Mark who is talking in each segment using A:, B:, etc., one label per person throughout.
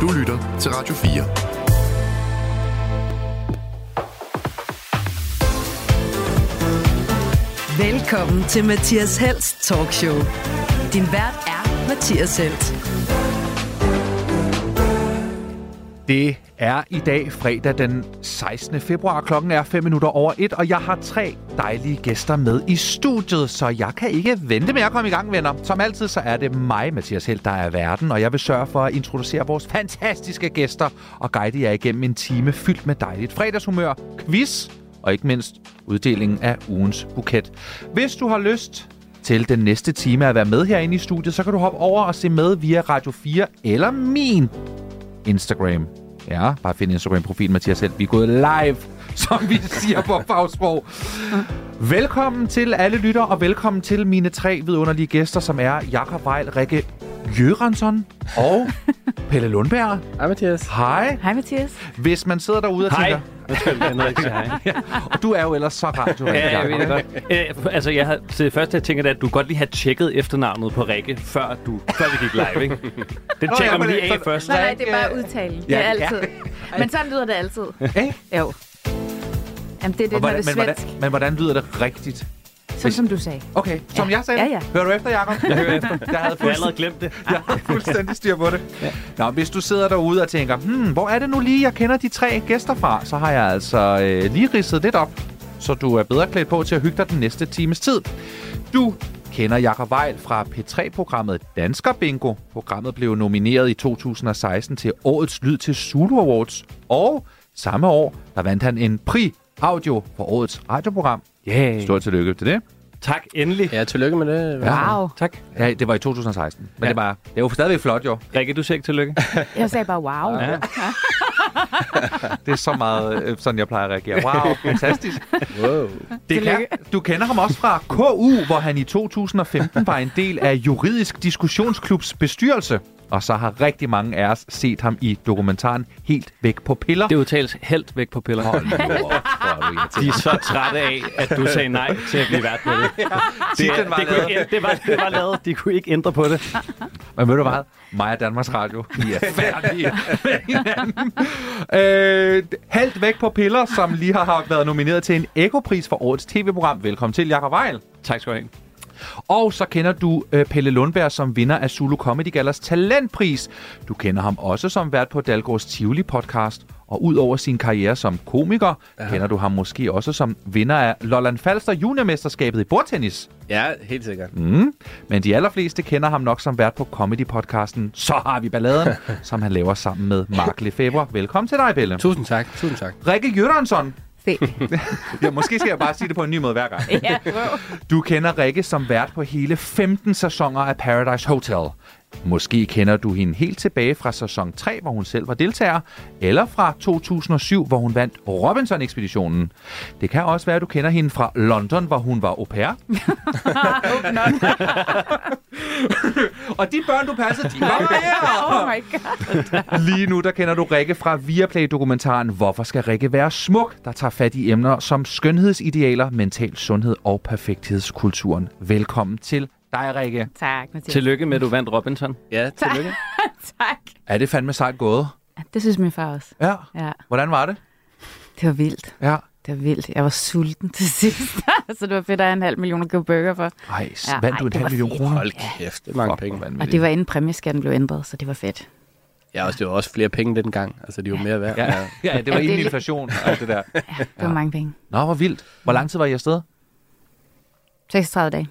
A: Du lytter til Radio
B: 4. Velkommen til Mathias Helst Talkshow. Din vært er Mathias Helt.
C: Det er i dag fredag den 16. februar. Klokken er 5 minutter over 1, og jeg har tre dejlige gæster med i studiet, så jeg kan ikke vente med at komme i gang, venner. Som altid, så er det mig, Mathias Helt, der er verden, og jeg vil sørge for at introducere vores fantastiske gæster og guide jer igennem en time fyldt med dejligt fredagshumør, quiz og ikke mindst uddelingen af ugens buket. Hvis du har lyst til den næste time at være med herinde i studiet, så kan du hoppe over og se med via Radio 4 eller min Instagram. Ja, bare find Instagram-profilen Mathias Helt. Vi er gået live, som vi siger på fagsprog. Velkommen til alle lytter, og velkommen til mine tre vidunderlige gæster, som er Jakob Vejl, Rikke Jørgensen og Pelle Lundberg.
D: Hej Mathias.
C: Hej.
E: Hej Mathias.
C: Hvis man sidder derude og
D: Hej.
C: tænker...
D: ja,
C: Og du er jo ellers så radio
D: jeg ved det godt. Æ, altså, jeg har, så det første, jeg tænker, det er, at du godt lige har tjekket efternavnet på Rikke, før, du, før vi gik live, ikke? Den
C: Nå, ja,
D: tjekker
C: men
D: man lige
C: det-
D: af først.
E: Nej, nej, det er bare udtale. Det
D: Ja,
E: er
D: ja.
E: altid. Men sådan lyder det altid.
C: øh, Ikke?
E: Jo. Jamen, det er det, når det er
C: Hvordan, men, hvordan,
E: svensk.
C: men hvordan lyder det rigtigt?
E: Sådan som du sagde.
C: Okay, som jeg sagde.
E: Ja, ja.
C: Hører du efter, Jacob? Jeg hører efter. Jeg havde
D: Jeg har
C: fuldstændig
D: allerede glemt det.
C: Jeg har fuldstændig styr på det. Ja. Nå, hvis du sidder derude og tænker, hmm, hvor er det nu lige, jeg kender de tre gæster fra, så har jeg altså øh, lige ridset lidt op, så du er bedre klædt på til at hygge dig den næste times tid. Du kender Jakob Weil fra P3-programmet Dansker Bingo. Programmet blev nomineret i 2016 til Årets Lyd til Zulu Awards, og samme år, der vandt han en Prix Audio for Årets Radioprogram.
D: Yeah.
C: Stort tillykke til det.
D: Tak, endelig.
F: Ja, tillykke med det.
C: Ja.
E: Wow.
D: Tak.
C: Ja, det var i 2016, men ja.
D: Ja.
C: det, var, det var stadigvæk flot, jo.
D: Rikke, du siger ikke tillykke.
E: Jeg sagde bare wow.
D: Ja.
C: Det er så meget øh, sådan, jeg plejer at reagere. Wow, fantastisk.
F: Wow.
C: Det kan, du kender ham også fra KU, hvor han i 2015 var en del af Juridisk Diskussionsklubs bestyrelse. Og så har rigtig mange af os set ham i dokumentaren Helt væk på piller.
D: Det udtales helt væk på piller.
C: Hold nu op, hvor er du irriterende.
D: De er så trætte af, at du sagde nej til at blive vært på det. Det,
C: Titlen var
D: det, kunne
C: lavet.
D: ikke, det, var, det var lavet. De kunne ikke ændre på det.
C: Men ved du hvad? Mig og Danmarks Radio, vi er færdige med hinanden. Øh, Helt væk på piller, som lige har- har været nomineret til en ekopris for årets tv-program. Velkommen til, Jakob Weil.
D: Tak skal du have.
C: Og så kender du øh, Pelle Lundberg som vinder af Zulu Comedy Gallas talentpris. Du kender ham også som vært på Dalgårds Tivoli podcast. Og udover sin karriere som komiker, ja. kender du ham måske også som vinder af Lolland Falster Juniormesterskabet i bordtennis.
F: Ja, helt sikkert.
C: Mm. Men de allerfleste kender ham nok som vært på comedy-podcasten Så har vi balladen, som han laver sammen med Mark Lefebvre. Velkommen til dig, Pelle.
F: Tusind tak, tusind tak.
C: Rikke Jørgensen.
E: Se.
C: Ja, måske skal jeg bare sige det på en ny måde hver gang.
E: Ja, wow.
C: Du kender Rikke som vært på hele 15 sæsoner af Paradise Hotel. Måske kender du hende helt tilbage fra sæson 3, hvor hun selv var deltager, eller fra 2007, hvor hun vandt Robinson-ekspeditionen. Det kan også være, at du kender hende fra London, hvor hun var au pair. Og de børn, du passede, de var her!
E: Oh my god.
C: Lige nu, der kender du Rikke fra Viaplay-dokumentaren Hvorfor skal Rikke være smuk? Der tager fat i emner som skønhedsidealer, mental sundhed og perfekthedskulturen. Velkommen til dig, Rikke.
E: Tak, Mathias.
D: Tillykke med, at du vandt Robinson.
F: Ja, tillykke.
E: Tak.
C: Er det fandme sejt gået?
E: Det synes min far også.
C: Ja.
E: Ja,
C: Hvordan var det?
E: det var vildt.
C: Ja.
E: Det var vildt. Jeg var sulten til sidst. så det var fedt at have en halv million at købe burger for.
C: Ej,
E: Ja,
C: ja, vandt
E: ej,
C: du en
E: det
C: halv
E: var
C: million
E: fedt.
C: kroner?
F: Hold kæft, det er mange
C: Fuck,
F: penge.
C: hvor
E: Og
C: vanvittigt.
E: det var inden præmieskatten blev ændret, så det var fedt.
F: Ja, også, det var også flere penge dengang. Altså, de var mere værd.
C: Ja, ja, ja, det var
E: Ja, det er
C: inden
E: lidt-
C: inflation og alt det der.
E: Ja, det var mange penge.
C: Nå, hvor vildt. Hvor lang tid var I afsted?
E: 36 dage.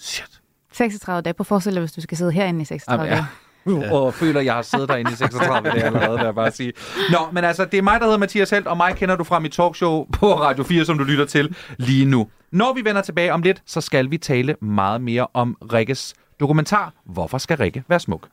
C: Shit.
E: 36 dage. På forestil dig, hvis du skal sidde herinde i 36
C: Jamen,
E: dage.
C: ja. Og føler, jeg har siddet derinde i 36 dage allerede, vil jeg bare sige. Nå, men altså, det er mig, der hedder Mathias Helt, og mig kender du fra mit talkshow på Radio 4, som du lytter til lige nu. Når vi vender tilbage om lidt, så skal vi tale meget mere om Rikkes dokumentar, Hvorfor skal Rikke være smuk?
A: 4.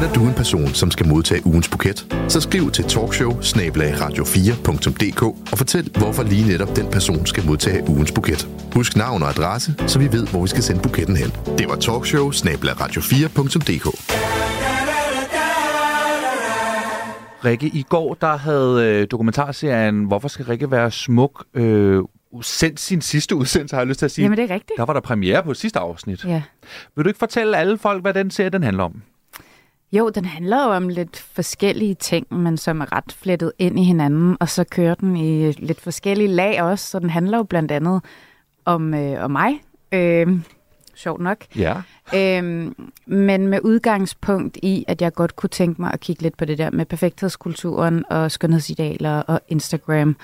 A: Kender du en person, som skal modtage ugens buket? Så skriv til talkshow radio 4dk og fortæl, hvorfor lige netop den person skal modtage ugens buket. Husk navn og adresse, så vi ved, hvor vi skal sende buketten hen. Det var talkshow radio 4dk
C: Rikke, i går der havde øh, dokumentarserien Hvorfor skal Rikke være smuk? Øh, sendt sin sidste udsendelse, har jeg lyst til at sige.
E: Jamen, det er rigtigt.
C: Der var der premiere på sidste afsnit.
E: Ja.
C: Vil du ikke fortælle alle folk, hvad den serie den handler om?
E: Jo, den handler jo om lidt forskellige ting, men som er ret flettet ind i hinanden, og så kører den i lidt forskellige lag også, så den handler jo blandt andet om, øh, om mig, øh, sjovt nok,
C: Ja.
E: øh, men med udgangspunkt i, at jeg godt kunne tænke mig at kigge lidt på det der med perfekthedskulturen og skønhedsidealer og Instagram.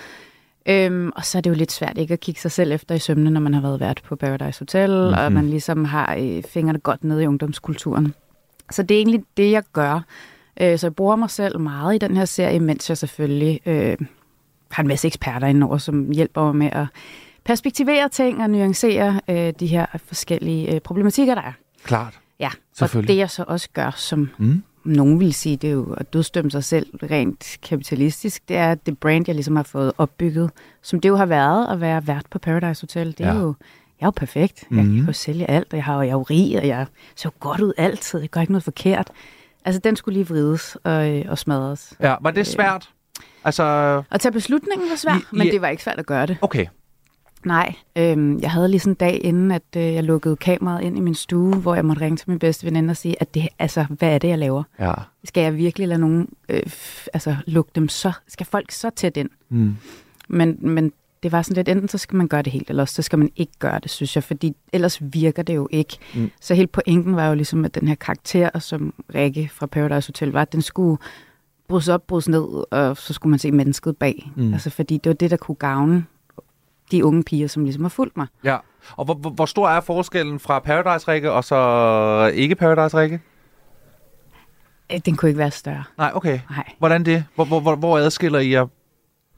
E: Øhm, og så er det jo lidt svært ikke at kigge sig selv efter i sømne, når man har været vært på Paradise Hotel, mm-hmm. og man ligesom har øh, fingrene godt nede i ungdomskulturen. Så det er egentlig det, jeg gør. Øh, så jeg bruger mig selv meget i den her serie, mens jeg selvfølgelig øh, har en masse eksperter indover, som hjælper mig med at perspektivere ting og nuancere øh, de her forskellige øh, problematikker, der er.
C: Klart.
E: Ja, og
C: Selvfølgelig.
E: det jeg så også gør, som
C: Mm.
E: mm. nogen vil sige, det er jo at dødstømme sig selv rent kapitalistisk, det er det brand, jeg ligesom har fået opbygget, som det jo har været at være vært på Paradise Hotel. Det er
C: Ja.
E: ja. jo, jeg er jo perfekt. Mm. Jeg kan jo sælge alt, og jeg, har, og jeg er jo rig, og jeg så godt ud altid. Jeg gør ikke noget forkert. Altså, den skulle lige vrides og, øh, og smadres.
C: Ja, var det svært? Altså,
E: At tage beslutningen var svært,
C: I- I-
E: men det var ikke svært at gøre det.
C: okay.
E: Nej, øhm, jeg havde lige sådan en dag inden, at øh, jeg lukkede kameraet ind i min stue, hvor jeg måtte ringe til min bedste veninde og sige, at det, altså, hvad er det, jeg laver?
C: Ja.
E: Skal jeg virkelig lade nogen, øh, f- altså lukke dem så, skal folk så tæt ind?
C: Mm.
E: Men, men det var sådan lidt, enten så skal man gøre det helt, eller også så skal man ikke gøre det, synes jeg, fordi ellers virker det jo ikke.
C: Mm.
E: Mm. Så hele pointen var jo ligesom, at den her karakter, som Rikke fra Paradise Hotel var, den skulle bruges op, bruges ned, og så skulle man se mennesket bag.
C: Mm.
E: Mm. Altså fordi det var det, der kunne gavne de unge piger, som ligesom har fulgt mig.
C: Ja. Og hvor, hvor, hvor stor er forskellen fra Paradise-række og så ikke Paradise-række?
E: Øh, Den kunne ikke være større.
C: Nej, okay.
E: Nej.
C: Hvordan det? Hvor, hvor, hvor, hvor adskiller I jer?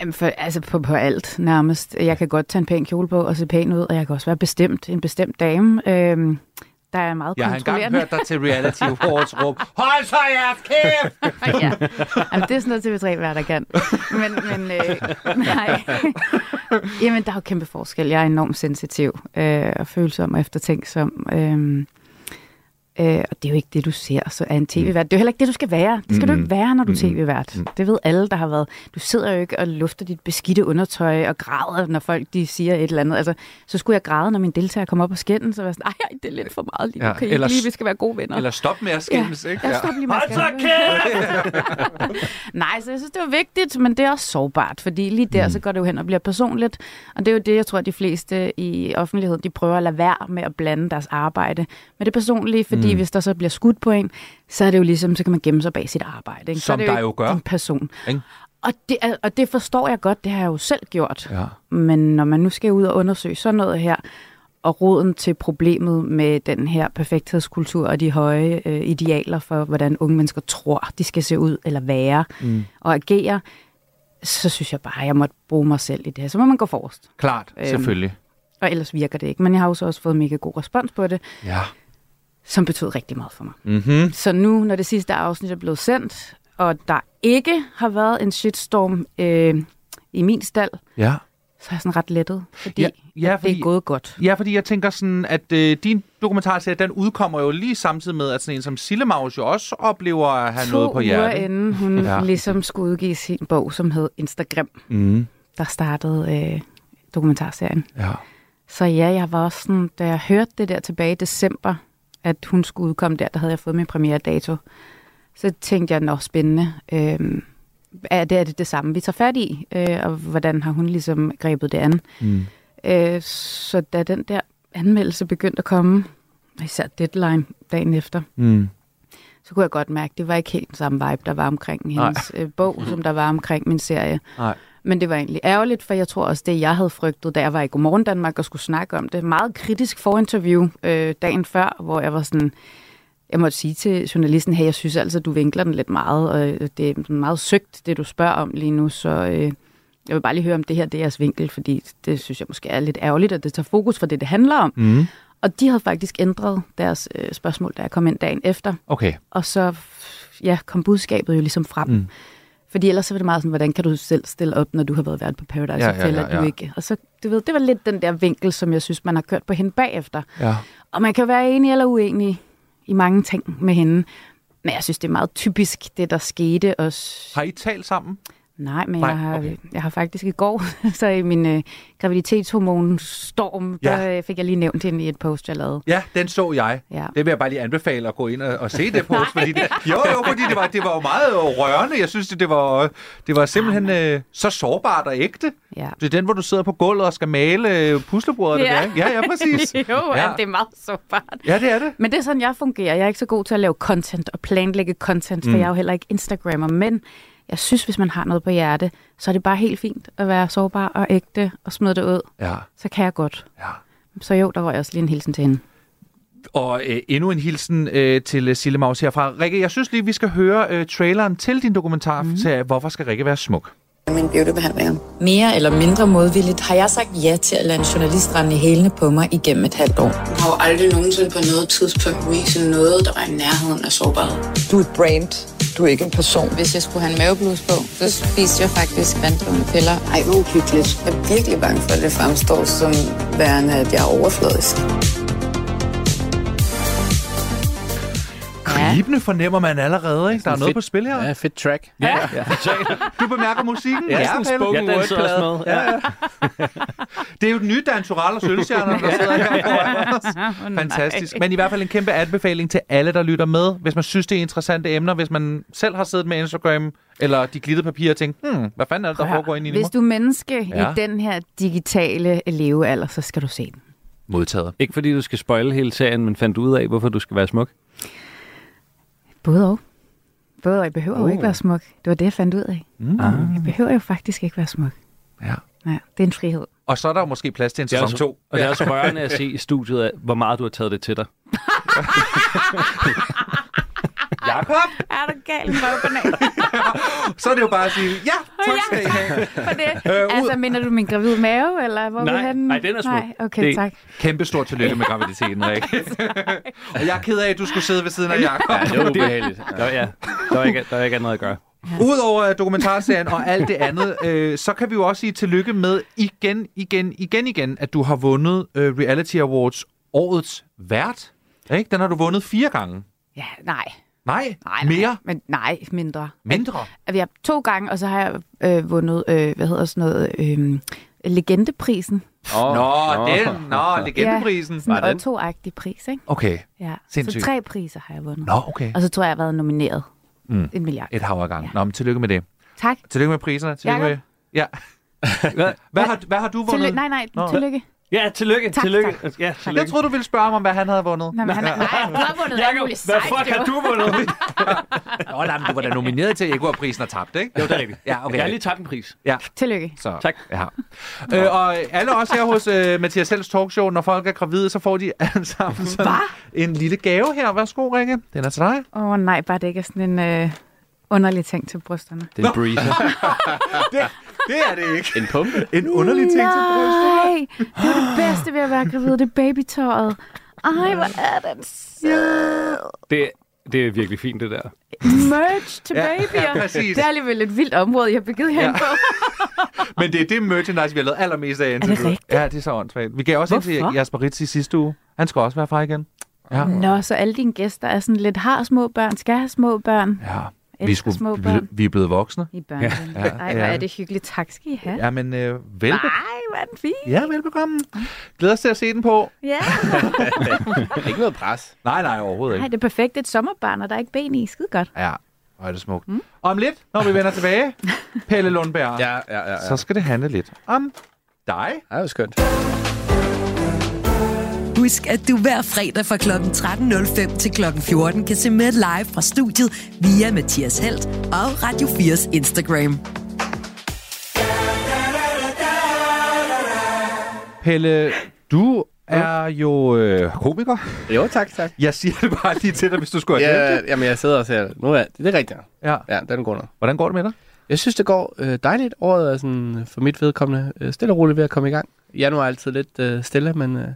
E: Jamen for, altså på, på alt nærmest. Jeg kan godt tage en pæn kjole på og se pæn ud, og jeg kan også være bestemt en bestemt dame. Øhm, der er meget
C: Jeg har engang
E: kontrollerende.
C: hørt dig til reality awards råb, hold så jeres kæft!
E: ja. Jamen, det er sådan noget TV3 hver der kan. Men, men øh, nej. Jamen, der er jo kæmpe forskel. Jeg er enormt sensitiv øh, og følsom og eftertænksom. Øh, Øh, og det er jo ikke det, du ser så er en tv-vært. Det er jo heller ikke det, du skal være. Det skal mm. du ikke være, når du er tv-vært. Mm. Det ved alle, der har været. Du sidder jo ikke og lufter dit beskidte undertøj og græder, når folk de siger et eller andet. Altså, så skulle jeg græde, når min deltager kom op og skændes, så var jeg sådan, "Ej, ej, det er lidt for meget lige nu.
C: Ja,
E: Ja, kan I
C: eller
E: ikke lige,
C: s-
E: vi skal være gode venner.
C: Eller stop med at skændes, ikke?
E: Jeg stopper lige med at skændes. Nej, så jeg synes, det var vigtigt, men det er også sårbart, fordi lige der, mm. så går det jo hen og bliver personligt. Og det er jo det, jeg tror, de fleste i offentligheden, de prøver at lade være med at blande deres arbejde med det personlige, fordi mm. hvis der så bliver skudt på en, så er det jo ligesom, så kan man gemme sig bag sit arbejde. Ikke? Så
C: Som
E: er det jo,
C: der jo
E: ikke
C: gør.
E: Din person.
C: Ikke?
E: Og det, er- og det forstår jeg godt, det har jeg jo selv gjort.
C: Ja.
E: Men når man nu skal ud og undersøge sådan noget her, og roden til problemet med den her perfekthedskultur og de høje øh, idealer for, hvordan unge mennesker tror, de skal se ud eller være mm. og agere, så synes jeg bare, at jeg måtte bruge mig selv i det her. Så må man gå forrest,
C: Klart,
E: Øhm.
C: selvfølgelig.
E: og ellers virker det ikke. Men jeg har jo så også fået mega god respons på det,
C: Ja.
E: som betød rigtig meget for mig.
C: Mm-hmm.
E: Så nu, når det sidste afsnit er blevet sendt, og der ikke har været en shitstorm øh, i min stald,
C: Ja.
E: så er jeg sådan ret lettet, fordi,
C: Ja,
E: ja,
C: ja,
E: ja, fordi... det
C: fordi-
E: er gået godt.
C: Ja, fordi jeg tænker sådan, at øh, din dokumentarserie, den udkommer jo lige samtidig med, at sådan en som Sillemaus jo også oplever at have noget på
E: uger
C: hjertet.
E: inden hun
C: Ja.
E: ja. ligesom skulle udgive sin bog, som hed Instagram,
C: Mm.
E: der startede øh, dokumentarserien.
C: Ja.
E: Så ja, jeg var også sådan, da jeg hørte det der tilbage i december, at hun skulle udkomme der, der havde jeg fået min premiere-dato. Så tænkte jeg, nå, spændende. Øh, er, det, er det det samme, vi tager fat i? Øh, og hvordan har hun ligesom grebet det an?
C: Mm.
E: Øh, så da den der anmeldelse begyndte at komme, og især deadline dagen efter,
C: Mm.
E: så kunne jeg godt mærke, at det var ikke helt den samme vibe, der var omkring hendes øh, bog, som der var omkring min serie.
C: Nej.
E: Men det var egentlig ærgerligt, for jeg tror også, det jeg havde frygtet, da jeg var i Godmorgen Danmark og skulle snakke om det, meget kritisk forinterview øh, dagen før, hvor jeg var sådan, jeg måtte sige til journalisten, hey, jeg synes altså, du vinkler den lidt meget, og øh, det er sådan meget søgt, det du spørger om lige nu, så øh, jeg vil bare lige høre, om det her det er jeres vinkel, fordi det synes jeg måske er lidt ærgerligt, at det tager fokus fra det, det handler om.
C: Mm.
E: Og de havde faktisk ændret deres øh, spørgsmål, da jeg kom ind dagen efter
C: Okay.
E: og så ja, kom budskabet jo ligesom frem.
C: Mm.
E: Mm. Fordi ellers så var det meget sådan, hvordan kan du selv stille op, når du har været vært på Paradise
C: Ja, ja,
E: Hotel,
C: ja,
E: at du
C: ja.
E: ikke... Og så, du ved, det var lidt den der vinkel, som jeg synes, man har kørt på hende bagefter.
C: Ja.
E: Og man kan være enig eller uenig i mange ting med hende. Men jeg synes, det er meget typisk, det der skete os.
C: Har I talt sammen?
E: Nej, men
C: Nej,
E: jeg, har,
C: okay.
E: okay. jeg har faktisk i går, så i min øh, graviditetshormonstorm,
C: Ja.
E: ja. der øh, fik jeg lige nævnt hende i et post, jeg lavede.
C: Ja, den så jeg.
E: Ja.
C: Det vil jeg bare lige anbefale at gå ind og, og se det på. fordi det, jo, jo, fordi det var, det var jo meget øh, rørende. Jeg synes, det, det, var, øh, det var simpelthen øh, så sårbart og ægte.
E: Ja.
C: Det er den, hvor du sidder på gulvet og skal male øh, puslebordet.
E: Ja.
C: Ja. ja, ja, præcis.
E: jo,
C: Ja.
E: ja. det er meget sårbart.
C: Ja, det er det.
E: Men det er sådan, jeg fungerer. Jeg er ikke så god til at lave content og planlægge content, for mm. jeg er jo heller ikke Instagrammer. Men jeg synes, hvis man har noget på hjerte, så er det bare helt fint at være sårbar og ægte og smide det ud.
C: Ja,
E: Så kan jeg godt.
C: ja.
E: Så jo, der var jeg også lige en hilsen til hende.
C: Og øh, endnu en hilsen øh, til øh, Sille Maus herfra. Rikke, jeg synes lige, vi skal høre øh, traileren til din dokumentar mm.
E: Mhm.
C: til Hvorfor skal Rikke være smuk?
G: mine beautybehandlinger.
H: Mere eller mindre modvilligt har jeg sagt ja til at lade en journalist rende i hælene på mig igennem et halvt år.
G: Jeg har jo aldrig nogensinde på noget tidspunkt vist noget, der var i nærheden af sårbarhed.
I: Du er et brand. Du er ikke en person.
H: Hvis jeg skulle have en mavebluse på, så spiste jeg faktisk vanddrivende piller.
G: Ej, hvor uhyggeligt. Jeg er virkelig bange for, at det fremstår som værende, at jeg er overfladisk.
C: Kribende fornemmer man allerede, ikke? Der er noget
F: fedt,
C: på spil her.
F: Ja, fedt track.
D: Ja, ja.
C: Du bemærker musikken?
F: Ja, sådan en
C: vel?
F: spoken
D: Jeg danser
F: word-plade.
D: også med. Ja.
C: Det er jo den nye Dantoral og Sølvstjerner, der sidder her foran os. Fantastisk. Men i hvert fald en kæmpe anbefaling til alle, der lytter med. Hvis man synes, det er interessante emner, hvis man selv har siddet med Instagram eller de glittede papirer og tænkt, hmm, hvad fanden er det, der foregår inde i
E: Hvis
C: mig?
E: du er menneske
C: Ja.
E: ja. i den her digitale levealder, så skal du se den.
C: Modtaget.
D: Ikke fordi du skal spoile hele serien, men fandt du ud af, hvorfor du skal være smuk?
E: Både og. Både og. Jeg behøver oh.
C: Uh.
E: jo ikke være smuk. Det var det, jeg fandt ud af. Mm. Jeg behøver jo faktisk ikke være smuk.
C: Ja.
E: Nej, det er en frihed.
C: Og så er der jo måske plads til en
D: Det er
C: sæson
D: også-
C: 2.
D: Og det er også rørende at se i studiet, af, hvor meget du har taget det til dig.
C: Jakob,
E: Er du gal i røvbanan
C: så er det jo bare at sige, ja, tak skal I have.
E: for det? altså, mener du min gravide mave, eller hvor er vi
D: Nej,
E: henne?
D: nej, den er smuk.
E: Nej, okay,
D: Det-
E: det... tak.
C: Kæmpe stor tillykke med graviditeten, Rikke. og jeg er ked af, at du skulle sidde ved siden af Jakob.
F: Ja, det var ubehageligt.
D: Der, ja, der er ikke, der er ikke andet at gøre.
C: Udover dokumentarserien og alt det andet, øh, så kan vi jo også sige tillykke med igen, igen, igen, igen, at du har vundet øh, Reality Awards årets vært. Ikke? Den har du vundet fire gange.
E: Ja, nej.
C: Nej,
E: nej, nej.
C: mere,
E: Men, nej, mindre.
C: mindre.
E: At Vi har to gange, og så har jeg øh, vundet, øh, hvad hedder sådan noget, øh, legendeprisen.
F: Oh,
C: Nå, den, nå, legendeprisen.
E: Sådan
F: Var
E: en
F: den?
E: Otto-agtig pris, ikke?
C: Okay,
E: Ja.
C: Sindssygt.
E: Så tre priser har jeg vundet.
C: nå, okay.
E: Og så tror jeg, jeg har været nomineret. Mm. En milliard.
C: Et hav ad gangen. Nå, men tillykke med det.
E: Tak.
C: Tillykke med priserne. Tillykke med...
E: Jakob?
C: Ja. Hvad, hvad, har, hvad har du vundet?
E: Tillykke. Nej, nej,
C: Nå.
E: tillykke.
D: Ja, tillykke.
E: Tak,
D: tillykke.
E: tak.
D: Ja, tillykke.
C: Jeg troede, du ville spørge mig om, hvad han havde vundet.
E: Nej, men han, nej, du har vundet alt muligt
D: hvad
E: sejt,
D: fuck
E: jo.
D: har du vundet?
C: Nå, nej, men du var da nomineret til Jaguar-prisen og tabt, ikke?
D: Jo, det er rigtigt.
C: Ja, okay.
D: Jeg har lige tabt en pris.
E: Tillykke.
C: Så,
D: Tak.
C: Ja. Øh, og alle os her hos øh, Mathias Hells talkshow, når folk er gravide, så får de alle sammen sådan en lille gave her. Værsgo, Rikke. Den er til dig.
E: Åh oh, nej, bare det ikke er sådan en øh, underlig ting til brysterne.
F: Det er en breezer.
C: Det er det ikke.
F: En pumpe.
C: En underlig ting til brystet.
E: Nej, det er det bedste ved at være gravid, det er babytøjet. Ej, hvor er den sød.
D: Det, det er virkelig fint, det der.
E: Merch til
C: Ja,
E: babyer.
C: præcis.
E: Det er alligevel et vildt område, jeg har begivet her ja. på.
C: Men det er det merchandise, vi har lavet allermest af indtil
E: det
C: videre.
E: rigtigt?
C: Ja, det er så åndssvagt. Vi gav også ind til
E: Hvorfor?
C: Jasper Ritz i sidste uge. Han skal også være fra igen. Ja.
E: Nå, så alle dine gæster er sådan lidt, har små børn, skal have små børn.
C: ja. Vi,
E: Elsker
C: skulle,
E: små
C: vi-
E: børn.
C: vi er blevet voksne.
E: I børn. Ja.
C: Ja,
E: Ej,
C: ja.
E: hvor er det hyggeligt. Tak skal I have.
C: Ja, men øh, velbe...
E: Ej, hvor er den fin.
C: ja, velbekomme. Glæder os til at se den på.
E: Ja.
F: Ikke noget pres.
C: Nej, nej, overhovedet ikke.
E: Nej, det er perfekt. Det er et sommerbarn, og der er ikke ben i. Skide godt.
C: Ja, hvor er det smukt. Mm. Om lidt, når vi vender tilbage, Pelle Lundberg, ja.
F: Ja, ja, ja. ja.
C: så skal det handle lidt om dig.
F: Ej, det var skønt.
B: Husk, at du hver fredag fra kl. 13.05 til kl. 14 kan se med live fra studiet via Mathias Helt og Radio 4's Instagram.
C: Pelle, du er jo øh, komiker.
F: Jo, tak, tak.
C: Jeg siger det bare lige til dig, hvis du skulle have glemt
F: Ja,
C: det.
F: jamen, jeg sidder også her. Nu er det er rigtigt.
C: Ja.
F: Ja, den går nok.
C: Hvordan går det med dig?
F: Jeg synes, det går øh, dejligt. Året er sådan, for mit vedkommende øh, stille og roligt ved at komme i gang. Januar er altid lidt øh, stille, men øh,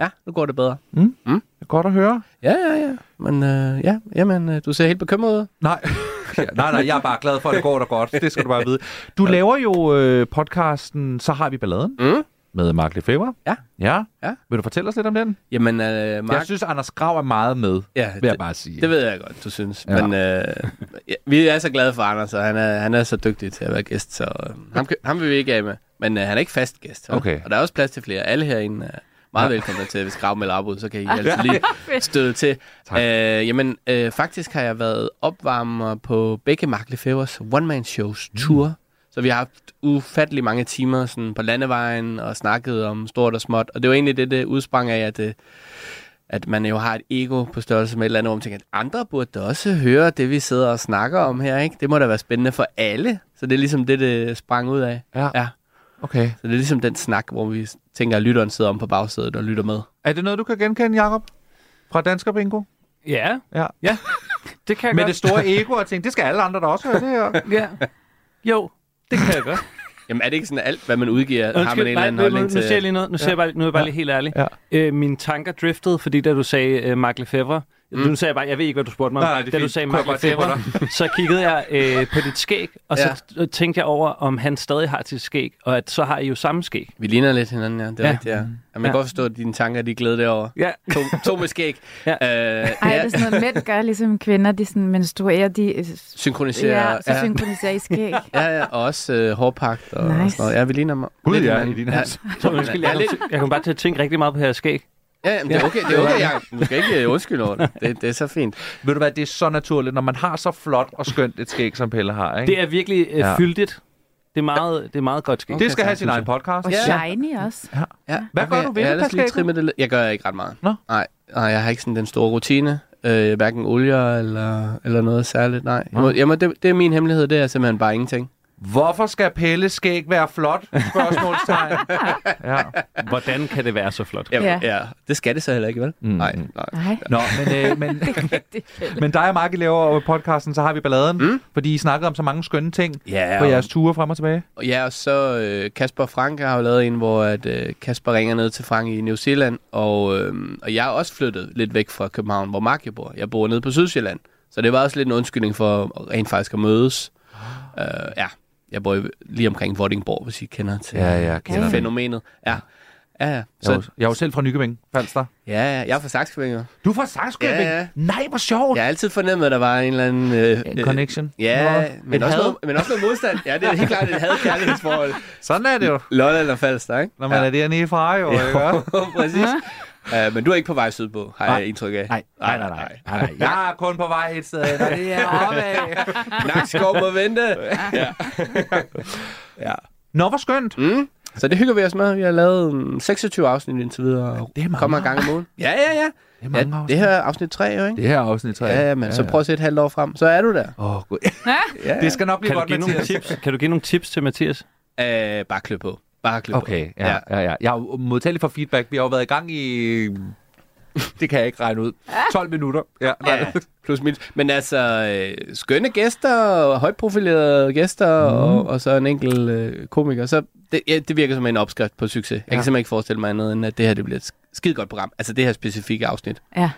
F: ja, nu går det bedre.
C: Det er godt at høre.
F: Ja, ja, ja. Men øh, ja, jamen, øh, du ser helt bekymret ud.
C: Nej. Ja, nej, nej, jeg er bare glad for, at det går dig godt. Det skal du bare vide. Du laver jo øh, podcasten Så har vi balladen.
F: Mm.
C: med Mark Lefebvre.
F: Ja.
C: ja.
F: Ja.
C: Vil du fortælle os lidt om den?
F: Jamen, øh,
C: Mark.
F: Mark,
C: Jeg synes, Anders Grav er meget med,
F: ja,
C: vil jeg
F: det,
C: bare sige.
F: det ved jeg godt, du synes.
C: Ja.
F: Ja. Men øh, ja, vi er så glade for Anders, og han er, han er så dygtig til at være gæst, så øh, ham, kan- ham vil vi ikke af med. Men øh, han er ikke fast gæst. vel?
C: Okay.
F: Og der er også plads til flere. Alle herinde er meget
C: Ja.
F: ja. velkomne til, hvis Grav melder afbud, så kan I altid lige støde til.
C: Tak.
F: Øh, jamen, øh, faktisk har jeg været opvarmer på begge Mark Lefebvre's one-man-shows
C: Mm.
F: tour. Så vi har haft ufattelig mange timer sådan på landevejen og snakket om stort og småt. Og det var egentlig det, det udsprang af, at, øh, at man jo har et ego på størrelse med et eller andet, hvor man tænker, at andre burde da også høre det, vi sidder og snakker om her. ikke? Det må da være spændende for alle. Så det er ligesom det, det sprang ud af.
C: Ja.
F: ja.
C: Okay.
F: Så det er ligesom den snak, hvor vi tænker, at lytteren sidder om på bagsædet og lytter med.
C: Er det noget, du kan genkende, Jacob? Fra Dansker Bingo?
D: Ja,
C: Ja.
D: ja. Det kan jeg
C: Med det
D: godt.
C: store ego og tænke, det skal alle andre der også høre det her.
D: Ja. Jo, det kan jeg godt.
F: Jamen er det ikke sådan alt, hvad man udgiver, har man
D: Undskyld,
F: en eller
D: nej,
F: anden
D: nu, nu,
F: holdning
D: nu
F: til?
D: siger jeg lige noget. Nu, siger jeg bare, nu er jeg bare lige helt ærlig.
C: Ja.
D: Øh, mine tanker driftede, fordi da du sagde øh, Mark Lefebvre, mm. nu sagde jeg bare, jeg ved ikke, hvad du spurgte mig
C: Nej, nej,
D: om.
C: det er
D: Da du
C: fint.
D: sagde
C: Kunne jeg
D: Mark
C: bare se på
D: Lefebvre, så kiggede jeg øh, på dit skæg, og ja. så tænkte jeg over, om han stadig har sit skæg, og at så har I jo samme skæg.
F: Vi ligner lidt hinanden, ja. Det er
D: Ja. Mm.
F: ja. rigtigt, ja. Jamen, jeg kan
D: Ja.
F: godt forstå, at dine tanker, de glæder derovre.
D: Ja.
F: To, to med skæg.
D: Ja.
F: ja. Øh,
E: Ej, det
F: ja.
E: er sådan noget, mænd gør, ligesom kvinder, de sådan menstruerer, de øh,
F: Synkroniserer.
E: ja, så synkroniserer i skæg.
F: ja, ja, og også øh, hårpagt og nice.
E: Nice.
F: sådan noget. Ja, vi ligner mig.
C: Gud, ja,
F: hinanden.
C: I ligner
F: ja.
C: os.
D: Så undskyld,
F: Ja,
D: jeg,
F: lidt.
D: kom, jeg kom bare til at tænke rigtig meget på her skæg.
F: Ja, jamen, det er okay, det er okay, Jacob. Du skal ikke øh, undskylde over det. det. Det er så fint.
C: Ved du hvad, det er så naturligt, når man har så flot og skønt et skæg, som Pelle har. Ikke?
D: Det er virkelig øh,
C: Ja.
D: ja. fyldigt. Det er meget, det er meget godt skæg.
C: Okay, det skal have sin egen podcast.
E: Og
F: Ja.
E: shiny også.
F: Ja.
C: Hvad gør du ved
F: jeg
C: det,
F: er ellers lige
C: Pascal?
F: trimmet det lidt. Jeg gør ikke ret meget.
C: Nå.
F: Nej, nej, jeg har ikke sådan den store rutine. Øh, hverken olier eller, eller noget særligt, nej. Jeg må, jeg må, det, det er min hemmelighed, det er simpelthen bare ingenting.
C: Hvorfor skal Pelle skæg være flot? Spørgsmålstegn. ja.
D: Hvordan kan det være så flot?
F: Jamen,
E: Ja.
F: ja. ja. Det skal det så heller ikke, vel?
C: Mm.
F: Nej, nej.
E: Nej.
C: Nå, men, øh, men, men dig og Mark, I laver over podcasten, så har vi balladen, mm. fordi I snakkede om så mange skønne ting
F: Ja,
C: på
F: og-
C: jeres ture frem og tilbage.
F: Og Ja, og så øh, Kasper og Frank har jo lavet en, hvor at, øh, Kasper ringer ned til Frank i New Zealand, og, øh, og jeg er også flyttet lidt væk fra København, hvor Mark jo bor. Jeg bor nede på Sydsjælland, så det var også lidt en undskyldning for rent faktisk at mødes. Uh, ja, jeg bor jo lige omkring Vordingborg, hvis I kender til
C: Ja, ja, kender
F: til
C: det.
F: fænomenet. Ja, ja, ja.
C: Jeg er, jo,
F: Så,
C: jeg er jo selv fra Nykøbing Falster.
F: ja, ja, jeg er fra Saxkøbing. jo.
C: Du er fra Saxkøbing?
F: Ja, ja.
C: Nej, hvor sjovt!
F: Jeg har altid fornemmet, at der var en eller anden... Øh,
C: En connection.
F: Ja,
C: Nå, et
F: men også,
C: had.
F: noget, men også noget modstand. Ja, det er helt klart et had-kærlighedsforhold.
C: Sådan er det jo,
F: Lolland og Falster, ikke?
C: når man
F: ja.
C: ja. er dernede fra, jo. jo.
F: Præcis. Uh, men du er ikke på vej sydpå, har
C: Nej.
F: jeg indtryk af.
C: Nej, nej, nej, nej, nej, nej. Jeg er kun på vej et sted, hen, og det er opad.
F: Nakskov må vente.
C: Nå, hvor skønt.
F: Mm. Så det hygger vi os med. Vi har lavet mm, 26 afsnit indtil videre. og
C: Det er mange
F: Kommer en gang om ugen. Ja, ja, ja.
C: Det er
F: ja
C: mange
F: det
C: afsnit.
F: her er afsnit 3, jo, ikke?
C: Det her er afsnit 3.
F: Ja, ja, men så prøv at se et halvt år frem. Så er du der.
C: Åh, gud.
F: Ja, ja.
C: Det skal nok blive
D: Kan du,
C: godt,
D: give nogle
C: Mathias.
D: tips? kan du give nogle tips til Mathias?
F: Øh, bare klø på. Bare klø på.
C: Okay, ja, ja, ja. Jeg er jo modtagelig for feedback. Vi har jo været i gang i... Det kan jeg ikke regne ud. 12 minutter. Ja,
F: Ja, plus minus. Men altså, øh, skønne gæster, og højprofilerede gæster, mm. og, og så en enkelt øh, komiker. Så det, ja, det virker som en opskrift på succes. Jeg ja.
C: Ja.
F: kan simpelthen ikke forestille mig andet, end at det her det bliver et skide godt program. Altså det her specifikke afsnit.
E: Ja.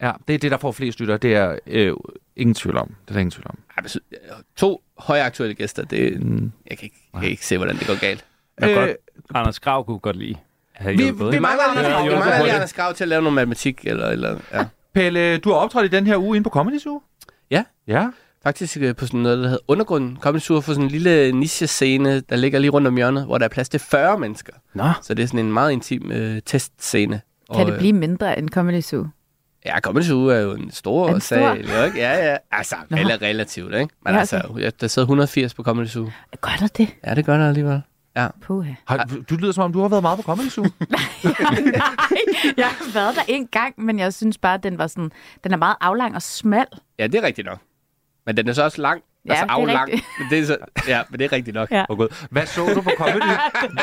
C: ja, det er det, der får flest lytter. Det er øh, ingen tvivl om. Det er der ingen tvivl om.
F: Ej, men så- øh, To højaktuelle gæster, det,
C: Mm.
F: jeg, kan ikke, jeg kan ikke se, hvordan det går galt.
D: Jeg øh, godt, Anders Grav kunne godt lide. at have
C: Vi-
D: hjulpet,
C: vi
D: ikke?
C: mangler Anders Grav.
D: Ja,
F: Vi
C: Jonas
F: mangler
C: Brock.
F: lige Anders Grav til at lave noget matematik, eller, eller ja.
C: Pelle, du har optrådt i den her uge inde på Comedy Zoo.
F: Ja.
C: Ja.
F: Faktisk øh, på sådan noget, der hedder Undergrunden. Comedy Sur for sådan en lille niche-scene, der ligger lige rundt om hjørnet, hvor der er plads til 40 mennesker.
D: Nå.
F: Så det er sådan en meget intim øh, testscene. Og,
E: Kan
F: øh,
E: det blive mindre end Comedy Zoo?
F: Ja, Comedy Zoo er jo en stor
E: Er den stor?
F: sal, jo ikke? Ja, ja. Altså, rel- relativt, ikke? Men
E: Ja,
F: ja, altså, ja, der sidder 180 på Comedy Zoo.
E: Gør der det?
F: Ja, det gør der alligevel.
E: Puha.
C: Har, du lyder som om, du har været meget på Comedy Zoo.
E: Nej, jeg har været der en gang, men jeg synes bare, at den var sådan, den er meget aflang og smal.
F: Ja, det er rigtigt nok. Men den er så også lang.
E: Ja,
F: Ja, altså,
E: det er
F: aflang.
E: rigtigt.
F: Men det er så, ja, men det er rigtigt nok.
E: Ja.
C: Oh, God. Hvad så du på Comedy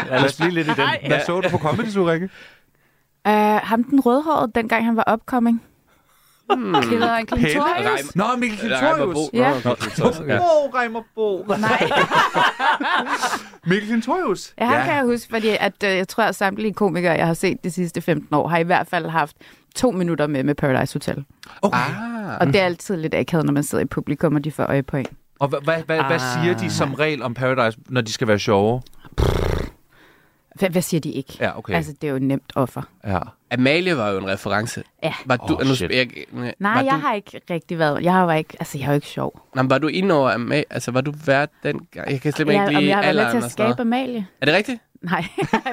D: Lad os lige lidt i den.
C: Hvad så du på Comedy Zoo, Rikke?
E: Uh, ham den rødhårede, dengang han var upcoming. Hmm. Det var en
F: Reim.
E: Klintorius.
C: Nå, Mikkel
F: Eller Reimer
C: Klintorius.
F: Bo.
E: Ja.
F: Nå, Klintorius, ja.
C: Åh, oh, Reimer Bo.
E: Nej,
C: Mikkel Klintorius.
E: ja, ham kan jeg huske, fordi at, øh, jeg tror, at samtlige komikere, jeg har set de sidste 15 år, har i hvert fald haft to minutter med med Paradise Hotel.
C: Okay.
F: Ah,
E: Og det er altid lidt akavet, når man sidder i publikum, og de får øje på en. Ah.
C: Og hvad, hvad, hvad, hvad siger de som regel om Paradise, når de skal være sjove?
E: Hvad, hvad siger de ikke?
C: Ja, okay.
E: Altså, det er jo et nemt offer.
C: Ja.
F: Amalie var jo en reference.
E: Ja.
F: Var du,
C: Åh, shit.
F: jeg,
E: Nej,
F: var
E: jeg
F: du,
E: har ikke rigtig været... Jeg var ikke, altså, jeg er jo ikke sjov.
F: Nå, men var du inde over Amalie? Altså, var du vært den gang? Jeg kan slet
E: Jeg,
F: ikke
E: om
F: lide
E: jeg har været med
F: alderen
E: til at
F: og sådan
E: skabe
F: noget.
E: Amalie?
F: Er det rigtigt?
E: Nej,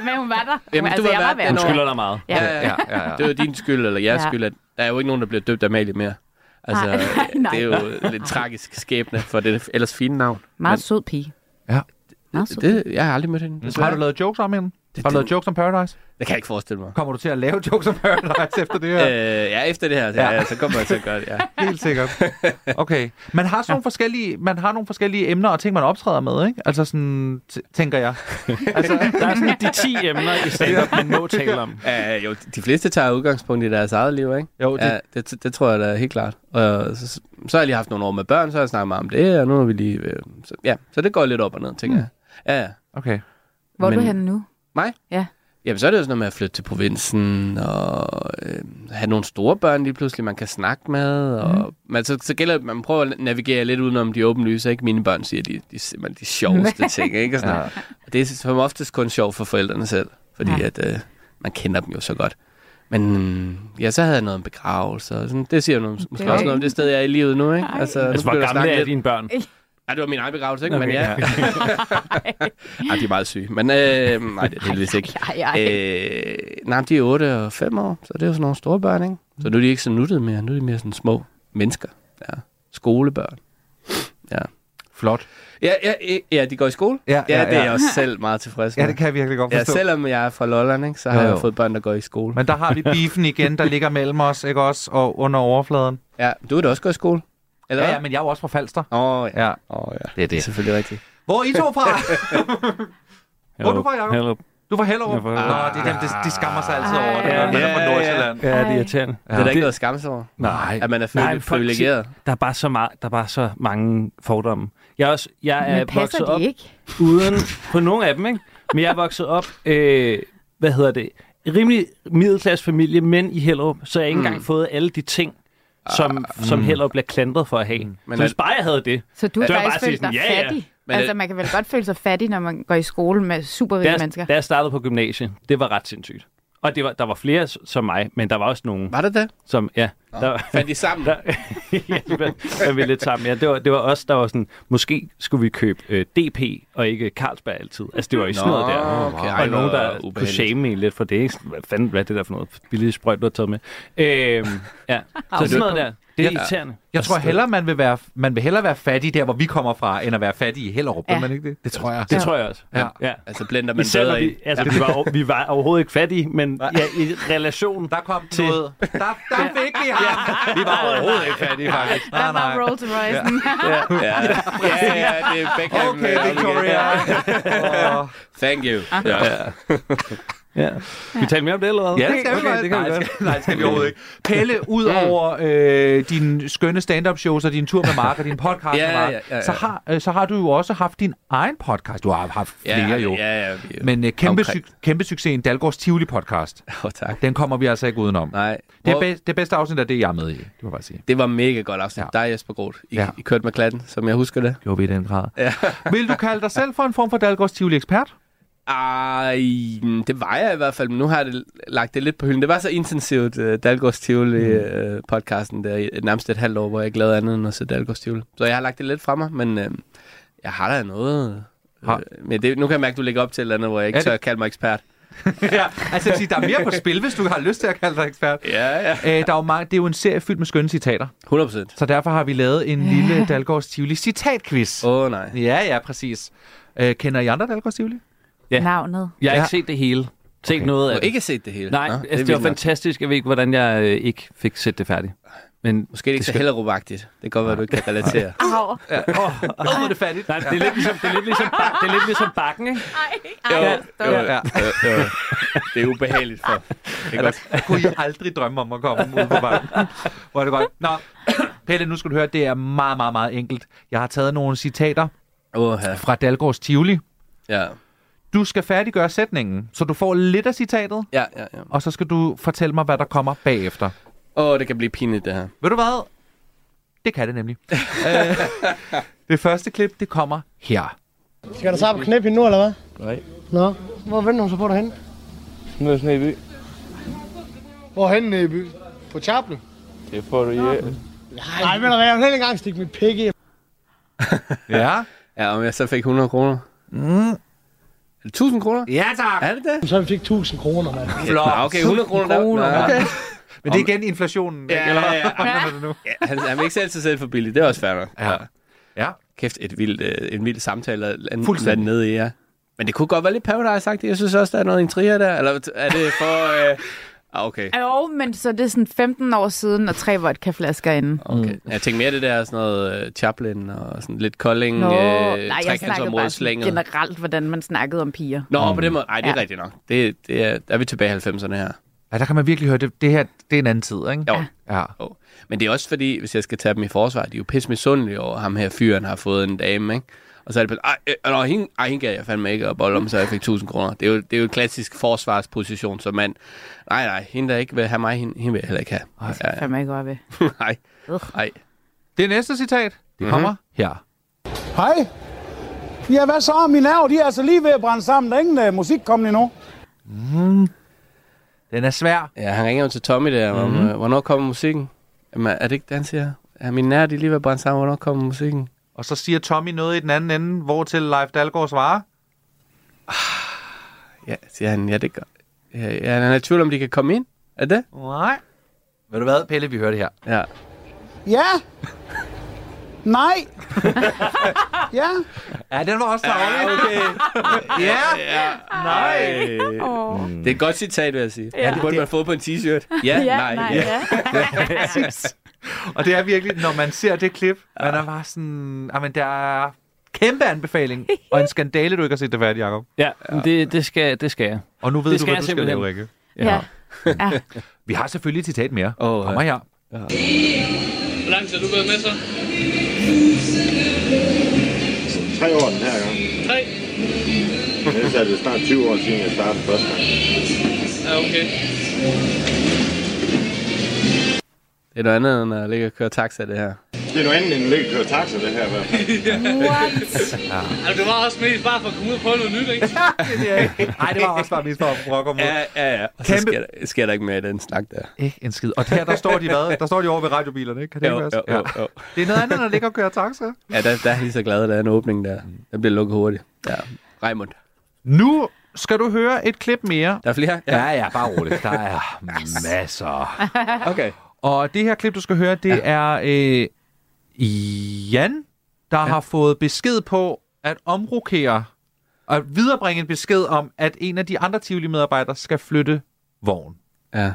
E: men hun var der. Altså, Hun-
F: Jamen, du var vært den
D: Du
E: værten.
F: over.
D: skylder dig meget.
E: Ja.
F: ja, ja.
C: ja, ja.
F: Det var din skyld, eller jeres
E: Ja.
F: ja. skyld, at der er jo ikke nogen, der bliver døbt Amalie mere. Altså,
E: Nej, nej, nej.
F: det er jo lidt tragisk skæbne for det ellers fine navn.
E: Meget sød pige.
C: Ja.
E: Meget sød.
F: Det, jeg har aldrig mødt hende.
C: Mm. Har
F: desværre.
C: du lavet jokes om hende?
F: Det-
C: Har du
F: det-
C: lavet jokes om Paradise?
F: Det kan jeg ikke forestille mig.
C: Kommer du til at lave jokes om Paradise efter det her?
F: Øh, ja, efter det her, ja,
C: Ja.
F: ja. så kommer jeg til at gøre det, ja.
C: Helt sikkert. Okay. Man har sådan nogle forskellige, man har nogle forskellige emner og ting, man optræder med, ikke? Altså sådan, t- tænker jeg.
D: Der er sådan de 10 emner i stand man må tale om.
F: Uh, jo, de fleste tager udgangspunkt i deres eget liv, ikke?
C: Jo, det-
F: det... Ja, det, det tror jeg da helt klart. Og så, så har jeg lige haft nogle år med børn, så har jeg snakket meget om det, og nu har vi lige... Øh, så, ja, så det går lidt op og ned,
D: Mm.
F: tænker jeg. Ja, ja.
C: Okay.
E: Hvor er du
F: Men-
E: henne nu?
F: Jamen, så er det jo sådan noget med at flytte til provinsen, og øh, have nogle store børn lige pludselig, man kan snakke med. Og, mm. men så, så gælder det, at man prøver at navigere lidt udenom de åbenlyse, ikke? Mine børn siger, de, de simpelthen de sjoveste ting, ikke? Og sådan
C: Ja.
F: ja. og det er som oftest kun sjovt for forældrene selv, fordi
E: Ja.
F: ja. at, øh, man kender dem jo så godt. Men mm, ja, så havde jeg noget om begravelse, og sådan, det siger jo noget, måske
E: er
F: også
E: jo-
F: noget om det sted, jeg er i livet nu, ikke?
E: Nej.
F: nu
D: Altså, hvor
F: begynder jeg at snakke
D: gamle er
F: lidt-
D: dine børn?
F: Ja, det var min egen begravelse, ikke? Men ja. Ej, de er meget syge. Men øh, nej, det er heldigvis ikke.
E: Ej, ej, ej.
F: Øh, nej, men de er 8 og 5 år, så det er jo sådan nogle store børn, ikke? Så nu er de ikke så nuttede mere, nu er de mere sådan små mennesker. Ja. Skolebørn. Ja.
C: Flot.
F: Ja, ja, ja, ja, de går i skole.
C: Ja, ja,
F: ja det er
C: ja.
F: jeg også selv meget tilfreds med.
C: Ja, det kan jeg virkelig godt
F: Ja,
C: forstå.
F: selvom jeg er fra Lolland, ikke, så har
C: Jo,
F: jo.
C: jo.
F: jeg fået børn, der går i skole. Men...
C: Men der har vi beefen igen, der ligger mellem os, ikke også? Og under overfladen.
F: Ja, du er da også gået i skole? Eller
C: Ja, ja,
F: hvad?
C: men jeg er jo også fra Falster.
F: Åh, oh, ja.
C: Ja.
F: Åh, ja.
C: Det er
F: Det er selvfølgelig rigtigt.
C: Hvor er I to fra? Hvor er du fra, Jacob?
D: Hello.
C: Du er fra Hellerup.
D: Jeg er fra
C: Nå,
D: Hellerup.
C: det er dem, de, de skammer sig altid
E: Ej.
C: over. Det er, man er fra
F: Ja, ja, ja.
C: Nordsjælland.
D: Ja, det
E: Ej.
D: er irriterende.
F: Ja. Det er da ikke noget at skamme sig over,
D: Nej.
F: at man er
D: Nej,
F: føl-
D: men folk
F: privilegeret.
D: Der er bare så, meget, der er bare så mange fordomme. Jeg er, også, jeg er
E: Men passer
D: Øh, vokset op
E: de ikke?
D: uden på nogle af dem, ikke? Men jeg er vokset op, øh, hvad hedder det, rimelig middelklasse familie, men i Hellerup, så jeg ikke
C: Mm.
D: engang fået alle de ting, som,
C: Ah,
D: som Hellerup bliver klandret for at have.
C: Mm.
D: Men så
F: er-
D: hvis bare jeg havde det,
E: Så du har
D: Det var
E: faktisk
D: bare
E: følt
D: sådan,
E: dig
D: ja, ja.
E: fattig?
F: Men
E: altså,
F: det-
E: man kan vel godt føle sig fattig, når man går i skole med
D: da
E: superrige mennesker.
D: jeg, da jeg startede på gymnasiet, det var ret sindssygt. Og det var, der var flere s- som mig, men der var også nogen,
F: Var det det?
D: som, ja, der,
F: Fandt de sammen?
D: der, ja, der, vi lidt sammen. Ja, det, var, det var os, der var sådan, måske skulle vi købe øh, DP og ikke Carlsberg altid. Altså, det var i sådan noget der.
F: okay.
D: og nogen,
F: hvor
D: der kunne
F: ubehageligt.
D: shame en lidt for det. Ikke? Sådan, Hvad fanden hvad er det der for noget billige sprøjt, du har taget med? Øhm, ja. Så sådan noget der. Det er irriterende.
C: Jeg tror hellere, man vil, være, man vil hellere være fattig der, hvor vi kommer fra, end at være fattig i Hellerup. Ja.
E: Ja.
C: man ikke det? Det tror jeg.
D: Det tror jeg også.
C: Ja.
D: ja.
F: Altså blender man
D: Især, når
F: bedre
D: vi,
F: i.
D: altså, vi, var, vi var overhovedet ikke fattige, men ja, i relation.
C: Der kom til. noget. Der, der fik vi ham. Vi var overhovedet ikke fattige, faktisk.
E: Der
C: Nej,
E: var
C: nej.
E: Rolls Royce.
F: Ja, ja, ja, det er Beckham.
C: Okay,
F: øh,
C: Victoria. Åh.
F: Thank you. Ja. Ja.
D: Ja. Skal vi tale mere om det, eller hvad?
C: Ja, det skal vi Mm.
D: okay, det kan vi
C: Nej,
D: godt.
C: skal, nej, det skal vi overhovedet ikke. Pelle, ud over øh, dine skønne stand-up shows og din tur med Mark og din podcast
F: Ja,
C: med Mark,
F: ja, ja, ja.
C: Så, har, øh, så har du jo også haft din egen podcast. Du har haft flere jo.
F: Ja, ja, vi er jo
C: Men øh, kæmpe,
F: omkring.
C: sy- kæmpe succesen, Dalgårds Tivoli podcast.
F: Åh, tak.
C: Den kommer vi altså ikke udenom.
F: Nej.
C: Det, er
F: Hvor-
C: be- det bedste afsnit af det, jeg er med i. Det må jeg bare sige.
F: det var mega godt afsnit.
C: Ja.
F: Ja. Dig, Jesper Groth. I,
C: Ja.
F: ja. I kørte med klatten, som jeg husker det.
C: Gjorde vi i den grad. Ja. Vil du kalde dig selv for en form for Dalgårds Tivoli ekspert?
F: Ej, mm, det var jeg i hvert fald, men nu har jeg det, lagt det lidt på hylden. Det var så intensivt, uh, Dalgårds
C: Mm.
F: Tivoli-podcasten der, i- nærmest et halvt år, hvor jeg ikke lavede andet end at se Dalgårds Tivoli. Så jeg har lagt det lidt fra mig, men uh, jeg har da noget...
C: Har-
F: Har. Men det, nu kan jeg mærke, at du lægger op til et eller andet, hvor jeg ikke
C: Er det-
F: tør at kalde mig ekspert.
C: ja, altså jeg vil sige, der er mere på spil, hvis du har lyst til at kalde dig ekspert.
F: Ja, ja.
C: Øh, der er jo mange, det er jo en serie fyldt med skønne citater,
F: 100 procent.
C: så derfor har vi lavet en lille Dalgårds Tivoli citatquiz.
F: Åh, oh, nej.
C: Ja, ja, præcis. Øh, kender I andre Dalgårds Tivoli?
D: Ja.
E: Navnet.
D: Jeg har
C: Ja.
D: ikke set det hele. Set noget
F: Du
D: af
F: har
D: det.
F: ikke set det hele?
D: Nej,
F: Nå,
D: altså,
F: er
D: det, det var
F: vildt nok.
D: fantastisk. Jeg ved ikke, hvordan jeg øh, ikke fik set det færdigt. Men
F: Måske er det ikke
D: Det
F: så
D: skal-
F: hellerupagtigt. Det kan godt være, du ikke kan relatere.
E: Au.
C: Åh, oh, oh, er det fattigt.
D: Nej, det er lidt ligesom, det er lidt ligesom, bak, det er lidt ligesom bakken, ikke?
F: Jo, jo,
C: Ja.
F: jo, jo. Det er ubehageligt for. Det er godt.
C: Der kunne I aldrig drømme om at komme ud på vejen. Hvor er det godt. Nå, Pelle, nu skal du høre, det er meget, meget, meget enkelt. Jeg har taget nogle citater
F: Åh, ja.
C: fra Dalgårds Tivoli.
F: ja.
C: Du skal færdiggøre sætningen, så du får lidt af citatet,
F: Ja, ja, ja.
C: og så skal du fortælle mig, hvad der kommer bagefter.
F: Åh, det kan blive pinligt, det her.
C: Ved du hvad? Det kan det nemlig. Øh, det første klip, det kommer her.
J: Skal du så op og knæppe hende nu, eller hvad? Nej. Nå, Hvor venter hun så på dig henne?
K: Mødes ned i by.
J: Hvorhen nede i byen? På Chapel?
K: Det får du hjælp.
J: Nej, Nej men jeg vil heller ikke engang stikke mit pik i.
C: Ja.
F: ja, om jeg så fik 100 kroner.
C: Mm.
F: 1000 kroner?
C: Ja, tak.
F: Er det det?
J: Så vi fik 1000 kroner, mand.
F: Flot. Nå, okay, 100 kroner. Der. Nå, okay.
C: Men det er igen inflationen,
F: Ja,
C: eller
F: ja,
C: hvad?
F: ja.
C: Regner det nu?
F: Ja, han, han vil ikke sælge sig selv for billigt. Det er også fair nok.
C: Ja. Ja.
F: Kæft, et vildt, øh, en vild samtale at lande,
C: Fuldstændig.
F: lande nede i, ja. Men det kunne godt være lidt paradise-agtigt. Jeg synes også, der er noget intriger der. Eller er det for... Øh... Ah, okay.
E: Jo, men så er det sådan 15 år siden, og tre vodkaflasker inden.
F: Okay. Jeg tænkte mere det der sådan noget øh, Chaplin og sådan lidt Kolding,
E: Nå,
F: øh,
E: nej, jeg snakkede bare
F: trekantsområde
E: sådan
F: slænget.
E: generelt, hvordan man snakkede om piger.
F: Nå, på den måde. Ej, det er
E: Ja.
F: rigtigt nok. Det, det er, der er vi tilbage i 90'erne her.
C: Ja, der kan man virkelig høre, det, det her det er en anden tid, ikke?
F: Jo.
C: Ja.
F: Jo. Men det er også fordi, hvis jeg skal tage dem i forsvar, de er jo pisse misundelige over, at ham her fyren har fået en dame, ikke? Og så er det bare, ej, øh, nå, hende, ej, hende gav jeg fandme ikke at bolle om, så jeg fik 1000 kroner. Det er jo, det er jo en klassisk forsvarsposition som mand. Nej, nej, hende der ikke vil have mig, hende, hende vil jeg heller ikke have. Ja,
E: Kan man ikke røre ved.
F: ja. nej,
E: Ugh.
F: nej.
C: Det næste citat, det kommer mm-hmm. her.
L: Hej. Ja, hvad så? Min nerve, de er altså lige ved at brænde sammen. Der er ingen uh, musik kommet endnu.
C: Den er svær.
F: Ja, han ringer jo til Tommy der, om, mm-hmm. hvornår kommer musikken? Jamen, er det ikke det, han siger? Er min nær, de lige ved at brænde sammen, hvornår kommer musikken?
C: Og så siger Tommy noget i den anden ende, hvortil Leif Dahlgaard svarer.
F: Ja, siger han, ja, det gør. Ja, ja, han er i tvivl om, de kan komme ind. Er det?
C: Nej. Ved du hvad, Pelle, vi hører det her.
F: Ja.
L: Ja. Nej. ja.
C: Ja, den var også dårlig.
F: Okay.
C: Ja.
F: Nej. Øh, mm. Det er et godt citat, vil jeg sige. Ja, det burde man få på en t-shirt. Ja, nej. Ja.
C: Og det er virkelig, når man ser det klip, man er bare sådan, jamen der er kæmpe anbefaling, og en skandale, du ikke har set det færdigt, Jacob.
D: Ja, men det, det, skal, det skal jeg.
C: Og nu ved
D: Det
C: du, hvad
D: skal jeg
C: du skal
D: simpelthen.
C: lave, Rikke.
E: Ja. ja.
C: Vi har selvfølgelig et citat mere.
F: Åh, ja.
C: Kommer her.
K: Hvor langt har du gået med så?
M: Tre år den her gang.
K: Tre.
M: Ellers er det snart 20 år siden, jeg startede første gang.
K: Ja, okay.
F: Det er noget andet, end at ligge og køre taxa, det her.
M: Det er noget andet end at ligge og køre taxa, det her i hvert fald.
K: Altså, det var også mest bare for at komme ud og prøve noget nyt, ikke?
C: Nej, det var også bare mest for at brokke om
F: Ja, ja, ja. Og så
C: Kæmpe-
F: sker der, sker der ikke mere i den snak der.
C: Ikke en skid. Og her, der står de hvad? Der står de over ved radiobilerne, ikke? Kan det
F: Jo,
C: ikke
F: jo,
C: være?
F: jo,
C: Ja.
F: jo.
C: Det er noget andet, end at ligge og køre taxa.
F: Ja, der, der er lige så glad, at der er en åbning der. Den bliver lukket hurtigt. Ja. Mm. Raimund.
C: Nu skal du høre et klip mere.
F: Der er flere?
C: ja, bare roligt. Der er masser.
F: Okay.
C: Og det her klip, du skal høre, det ja. er øh, Jan, der ja. har fået besked på at omrokere og viderebringe en besked om, at en af de andre Tivoli-medarbejdere skal flytte vogn.
F: Ja.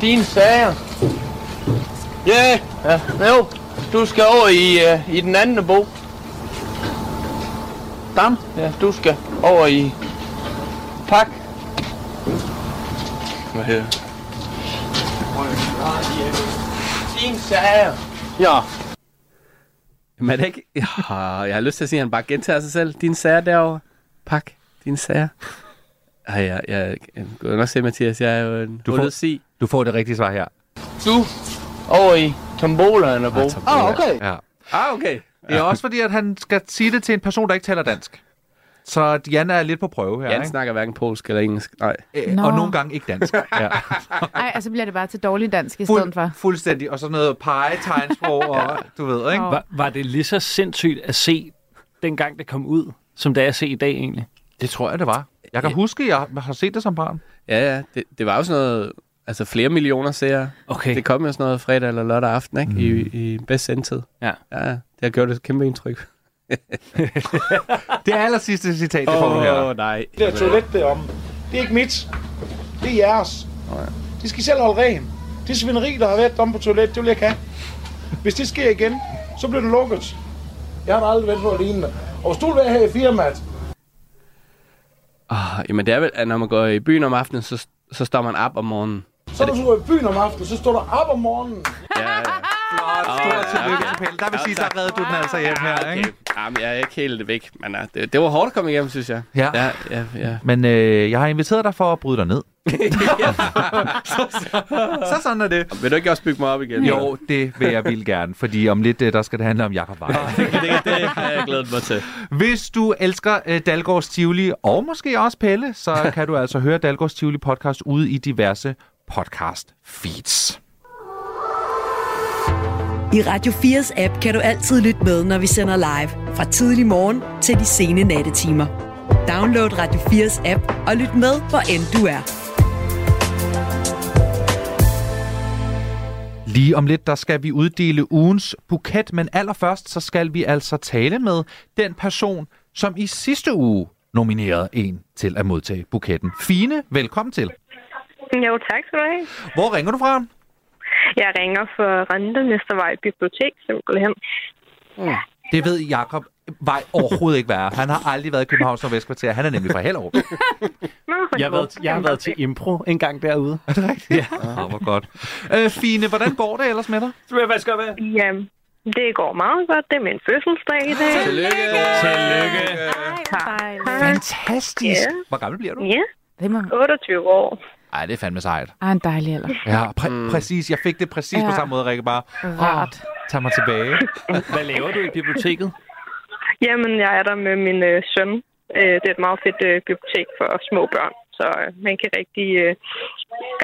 K: Dine sager. Ja, ja. Jo, du skal over i, uh, i den anden bo. Dam? Ja, du skal over i pak. Hvad her? Dine sager. Ja.
F: Men er det ikke... Ja, jeg har lyst til at sige, at han bare gentager sig selv. Din sager derovre. Pak. Din sager. Ej, jeg, jeg, jeg kan jo nok se, Mathias, jeg er jo en
C: Du får-
F: hullet si.
C: Du får det rigtige svar her.
K: Du over i Tombola, eller bo.
F: Ah, Tombola. Ah,
K: okay.
C: Ja.
F: Ah, okay.
C: Det er også fordi, at han skal sige det til en person, der ikke taler dansk. Så Jan er lidt på prøve her,
F: Jan
C: ikke?
F: snakker hverken polsk eller engelsk. Nej.
C: Øh,
E: Nå.
C: Og nogle gange ikke dansk. Ja.
E: Ej, og så bliver det bare til dårlig dansk i stedet for.
C: Fuld, fuldstændig. Og sådan noget pegetegnsprog, og du ved, ikke?
E: Åh.
D: Var, var det lige så sindssygt at se, dengang det kom ud, som det er at se i dag egentlig?
C: Det tror jeg, det var. Jeg kan huske, jeg har set det som barn.
F: Ja, ja. Det, det var jo sådan noget... Altså flere millioner seere.
D: Okay.
F: Det kom jo sådan noget fredag eller lørdag aften, ikke? I, i bedst sendtid.
D: Ja.
F: Ja, ja. det har gjort et kæmpe indtryk.
C: Det aller sidste citat, det får du her.
F: Ah. nej.
J: Det der toilet derom. Det er ikke mit. Det er jeres. De skal selv holde ren. Det svineri, der har været om på toilet, det vil jeg ikke have. Hvis det sker igen, så bliver det lukket. Jeg har da aldrig været på noget lignende. Og hvis du vil være her i firmaet,
F: Oh, jamen det er vel, at når man går i byen om aftenen, så, så står man op om morgenen.
J: så er du i byen om aftenen, så står du op om morgenen.
F: Ja, ja.
C: Stort tillykke til Pelle. Der vil sige, der redde du den altså hjem her, ikke?
F: Ah, Okay. Jamen, jeg er ikke helt væk, men uh, det, det var hårdt at komme igennem, synes jeg.
C: Ja.
F: ja, ja, ja.
C: Men øh, jeg har inviteret dig for at bryde dig ned.
F: Så sådan er det. Vil du ikke også bygge mig op igen?
C: Jo, det vil jeg vil gerne, fordi om lidt, øh, der skal det handle om Jakob Vej.
F: Ah, det har jeg glædet mig til.
C: Hvis du elsker øh, Dalgårds Tivoli, og måske også Pelle, så kan du altså høre Dalgårds Tivoli podcast ude i diverse podcast feeds.
B: I Radio 4's app kan du altid lytte med, når vi sender live. Fra tidlig morgen til de sene nattetimer. Download Radio 4's app og lyt med, hvor end du er.
C: Lige om lidt, der skal vi uddele ugens buket, men allerførst, så skal vi altså tale med den person, som i sidste uge nominerede en til at modtage buketten. Fine, velkommen til.
N: Jo, tak skal du have.
C: Hvor ringer du fra?
N: Jeg ringer for Rente Mestervej Bibliotek, simpelthen.
C: Mm. Det ved Jakob Vej overhovedet ikke være. Han har aldrig været i Københavns Nordvestkvarter. Han er nemlig fra Hellerup.
D: Jeg har været, jeg har været til impro en gang derude.
C: Er det rigtigt? Ja. Ah, hvor godt. Øh, Fine, hvordan går det ellers med dig?
D: Du vil faktisk godt være.
N: Ja, øhm, det går meget godt. Det er min fødselsdag i dag.
F: Tillykke! Tillykke!
N: Hej.
C: Fantastisk.
N: Ja.
C: Hvor gammel bliver du?
N: Ja, 28 år.
C: Ej, det er fandme sejt.
E: Ej, en dejlig alder.
C: Ja, præ- mm. præcis. Jeg fik det præcis ja. på
E: Ja.
C: samme måde, Rikke. Bare,
E: Rart.
C: tag mig tilbage.
D: Hvad laver du i biblioteket?
N: Jamen, jeg er der med min øh, søn. Øh, det er et meget fedt øh, bibliotek for små børn, så øh, man kan rigtig øh,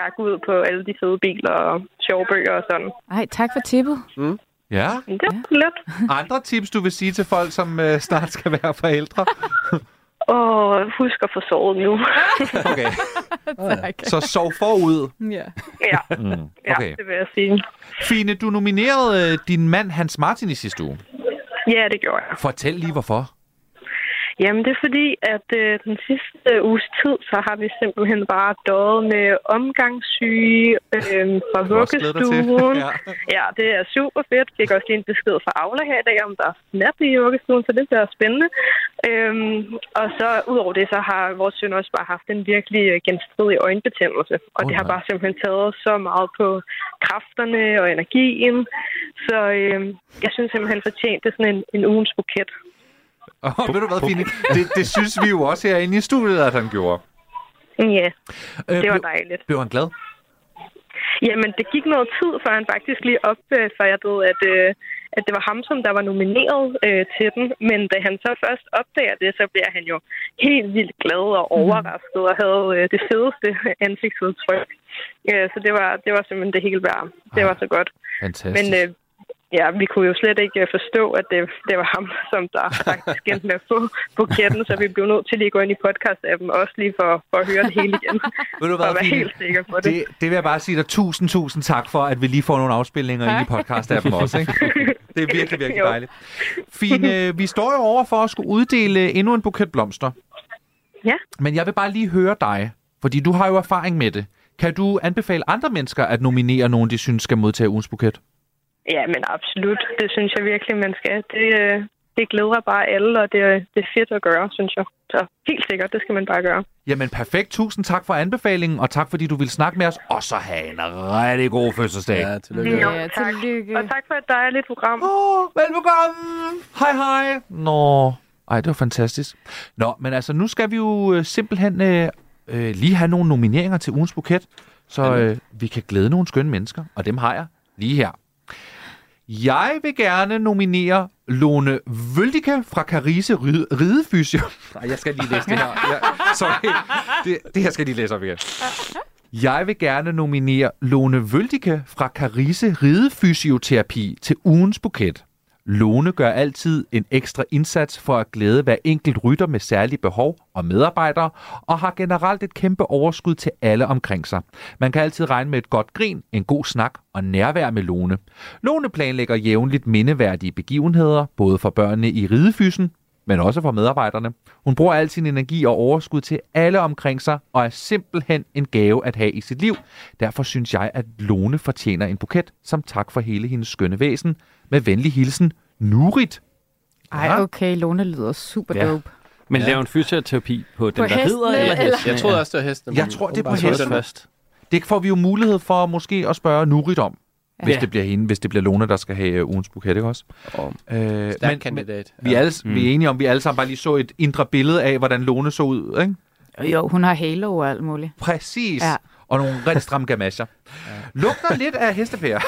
N: gakke ud på alle de fede biler og sjove bøger og sådan.
E: Ej, tak for tippet.
F: Mm.
C: Ja.
N: Det er ja. lidt.
C: Andre tips, du vil sige til folk, som øh, snart skal være forældre?
N: Og husk at få sovet nu.
C: Okay.
E: tak.
C: Så sov forud.
E: Ja.
N: ja,
C: Mm.
N: ja
C: Okay.
N: det vil jeg sige.
C: Fine, du nominerede øh, din mand Hans Martin i sidste uge.
N: Ja, det gjorde jeg.
C: Fortæl lige, hvorfor.
N: Jamen, det er fordi, at øh, den sidste øh, uges tid, så har vi simpelthen bare døjet med omgangssyge øh, fra
O: har også glædet dig til.
N: vuggestuen.
O: Ja.
N: ja. ja, det er super fedt. Fik også lige en besked fra Aula her i dag, om der er snap i vuggestuen, så det bliver spændende. Øhm, og så udover det, så har vores søn også bare haft en virkelig øh, genstridig øjenbetændelse. Og oh, det har bare simpelthen taget så meget på kræfterne og energien. Så øh, jeg synes simpelthen, han fortjente sådan en, en ugens buket.
C: Og ved du hvad, Fine? Det, det synes vi jo også herinde i studiet, at han gjorde.
N: Ja,
C: Øh,
N: det var
C: blev-
N: dejligt.
C: Blev han glad?
N: Jamen, det gik noget tid, før han faktisk lige opdagede, før jeg ved, at, øh, at det var ham, som der var nomineret øh, til den. Men da han så først opdager det, så bliver han jo helt vildt glad og
C: Mhm.
N: overrasket og havde øh, det fedeste ansigtsudtryk. Øh, så det var, det var simpelthen det hele værd. Det var så godt.
C: Ah. Fantastisk.
N: Men øh, ja, vi kunne jo slet ikke øh, forstå, at det, det var ham, som der faktisk endte med at få buketten, så vi blev nødt til lige at gå ind i podcast-appen, også lige for, for at høre det hele igen.
C: Ved du hvad,
N: for at være
C: Fine?
N: helt sikker på det.
C: Det, det vil jeg bare sige dig tusind, tusind tak for, at vi lige får nogle afspilninger ind i podcast-appen også. Ikke? Det er virkelig, virkelig
N: Jo.
C: dejligt. Fine, øh, vi står jo over for at skulle uddele endnu en buket blomster.
N: Ja.
C: Men jeg vil bare lige høre dig, fordi du har jo erfaring med det. Kan du anbefale andre mennesker at nominere nogen, de synes skal modtage ugens buket?
N: Ja, men absolut. Det synes jeg virkelig, man skal. Det, øh, det glæder bare alle, og det, øh, det er fedt at gøre, synes jeg. Så helt sikkert, det skal man bare gøre.
C: Jamen perfekt. Tusind tak for anbefalingen, og tak fordi du ville snakke med os. Og så have en rigtig god fødselsdag.
F: Ja,
N: Jo, tak. Og tak for et dejligt program.
C: Åh, velbekomme. Hej, hej. Nå, ej, det var fantastisk. Nå, men altså, nu skal vi jo øh, simpelthen øh, øh, lige have nogle nomineringer til ugens buket, så øh, vi kan glæde nogle skønne mennesker, og dem har jeg lige her. Jeg vil gerne nominere Lone Vøldike fra Carise Ride, Ridefysio. Nej, jeg skal lige læse det her. Jeg, sorry, det, det her skal jeg lige læse op igen. Jeg vil gerne nominere Lone Vøldike fra Carise Ridefysioterapi til ugens buket. Lone gør altid en ekstra indsats for at glæde hver enkelt rytter med særlige behov og medarbejdere, og har generelt et kæmpe overskud til alle omkring sig. Man kan altid regne med et godt grin, en god snak og nærvær med Lone. Lone planlægger jævnligt mindeværdige begivenheder, både for børnene i ridefysen, men også for medarbejderne. Hun bruger al sin energi og overskud til alle omkring sig, og er simpelthen en gave at have i sit liv. Derfor synes jeg, at Lone fortjener en buket, som tak for hele hendes skønne væsen. Med venlig hilsen, Nurit.
E: Ej, okay, Lone lyder super
D: Ja.
E: dope.
D: Men
C: Ja.
D: laver en fysioterapi på den,
E: På
D: der rider,
E: hestene,
D: eller
E: eller-
D: hesten?
F: Jeg troede også, det var hesten.
C: Jeg tror, det er på
D: Jeg troede, det var
C: hesten. Det får vi jo mulighed for måske at spørge Nurit om. Hvis
F: Ja.
C: det bliver hende, hvis det bliver Lone, der skal have øh, ugens buket, ikke også?
F: Oh,
C: øh,
F: stærk kandidat.
C: Vi, er alle, mm. vi er enige om, at vi alle sammen bare lige så et indre billede af, hvordan Lone så ud, ikke?
E: Jo, jo, hun har halo og alt muligt.
C: Præcis.
E: Ja.
C: Og nogle rigtig stramme gamasjer. ja. Lugter lidt af hestepærer.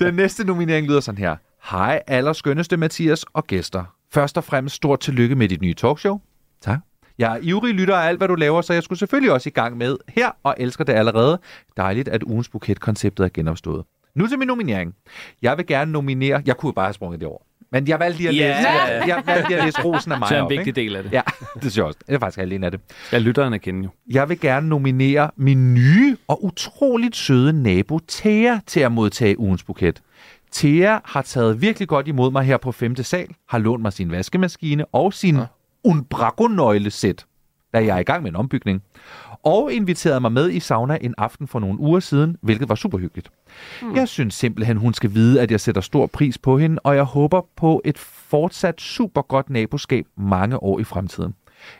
C: Den næste nominering lyder sådan her. Hej allerskønneste Mathias og gæster. Først og fremmest stort tillykke med dit nye talkshow. Tak. Jeg er ivrig lytter af alt, hvad du laver, så jeg skulle selvfølgelig også i gang med her, og elsker det allerede. Dejligt, at ugens buket-konceptet er genopstået. Nu til min nominering. Jeg vil gerne nominere... Jeg kunne jo bare have sprunget det over. Men jeg valgte lige at
D: Ja.
C: læse, jeg, jeg valgte lige at læse rosen af mig
D: Så er en
C: op,
D: vigtig
C: ikke?
D: del af det.
C: Ja, det synes jeg også. Det er faktisk alene af det.
D: Jeg lytter hende at kende jo.
C: Jeg vil gerne nominere min nye og utroligt søde nabo Thea til at modtage ugens buket. Thea har taget virkelig godt imod mig her på 5. sal, har lånt mig sin vaskemaskine og sin Unbrago-nøglesæt, da jeg er i gang med en ombygning, og inviterede mig med i sauna en aften for nogle uger siden, hvilket var super hyggeligt. Mm. Jeg synes simpelthen, hun skal vide, at jeg sætter stor pris på hende, og jeg håber på et fortsat super godt naboskab mange år i fremtiden.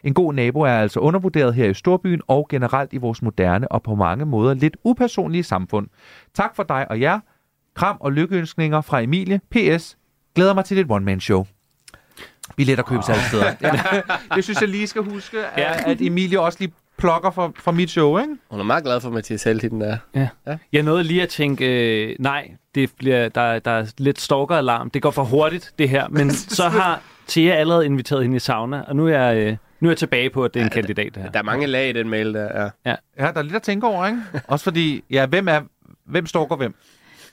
C: En god nabo er altså undervurderet her i storbyen og generelt i vores moderne og på mange måder lidt upersonlige samfund. Tak for dig og jer. Kram og lykkeønskninger fra Emilie. P.S. Glæder mig til dit one-man-show. Billetter købes alle steder. Ja. Det synes jeg lige skal huske, at, at Emilie også lige plukker for, for mit show, ikke?
F: Hun er meget glad for Mathias Heltiden, der
D: Ja. ja. Jeg nåede lige at tænke, øh, nej, det bliver, der, der er lidt stalker-alarm. Det går for hurtigt, det her. Men så har Thea allerede inviteret hende i sauna, og nu er jeg, øh, nu er jeg tilbage på, at det er en ja, kandidat, det her.
F: Der er mange lag i den mail, der ja.
D: Ja.
C: Ja, der er lidt at tænke over, ikke? Også fordi, ja, hvem er... Hvem stalker hvem?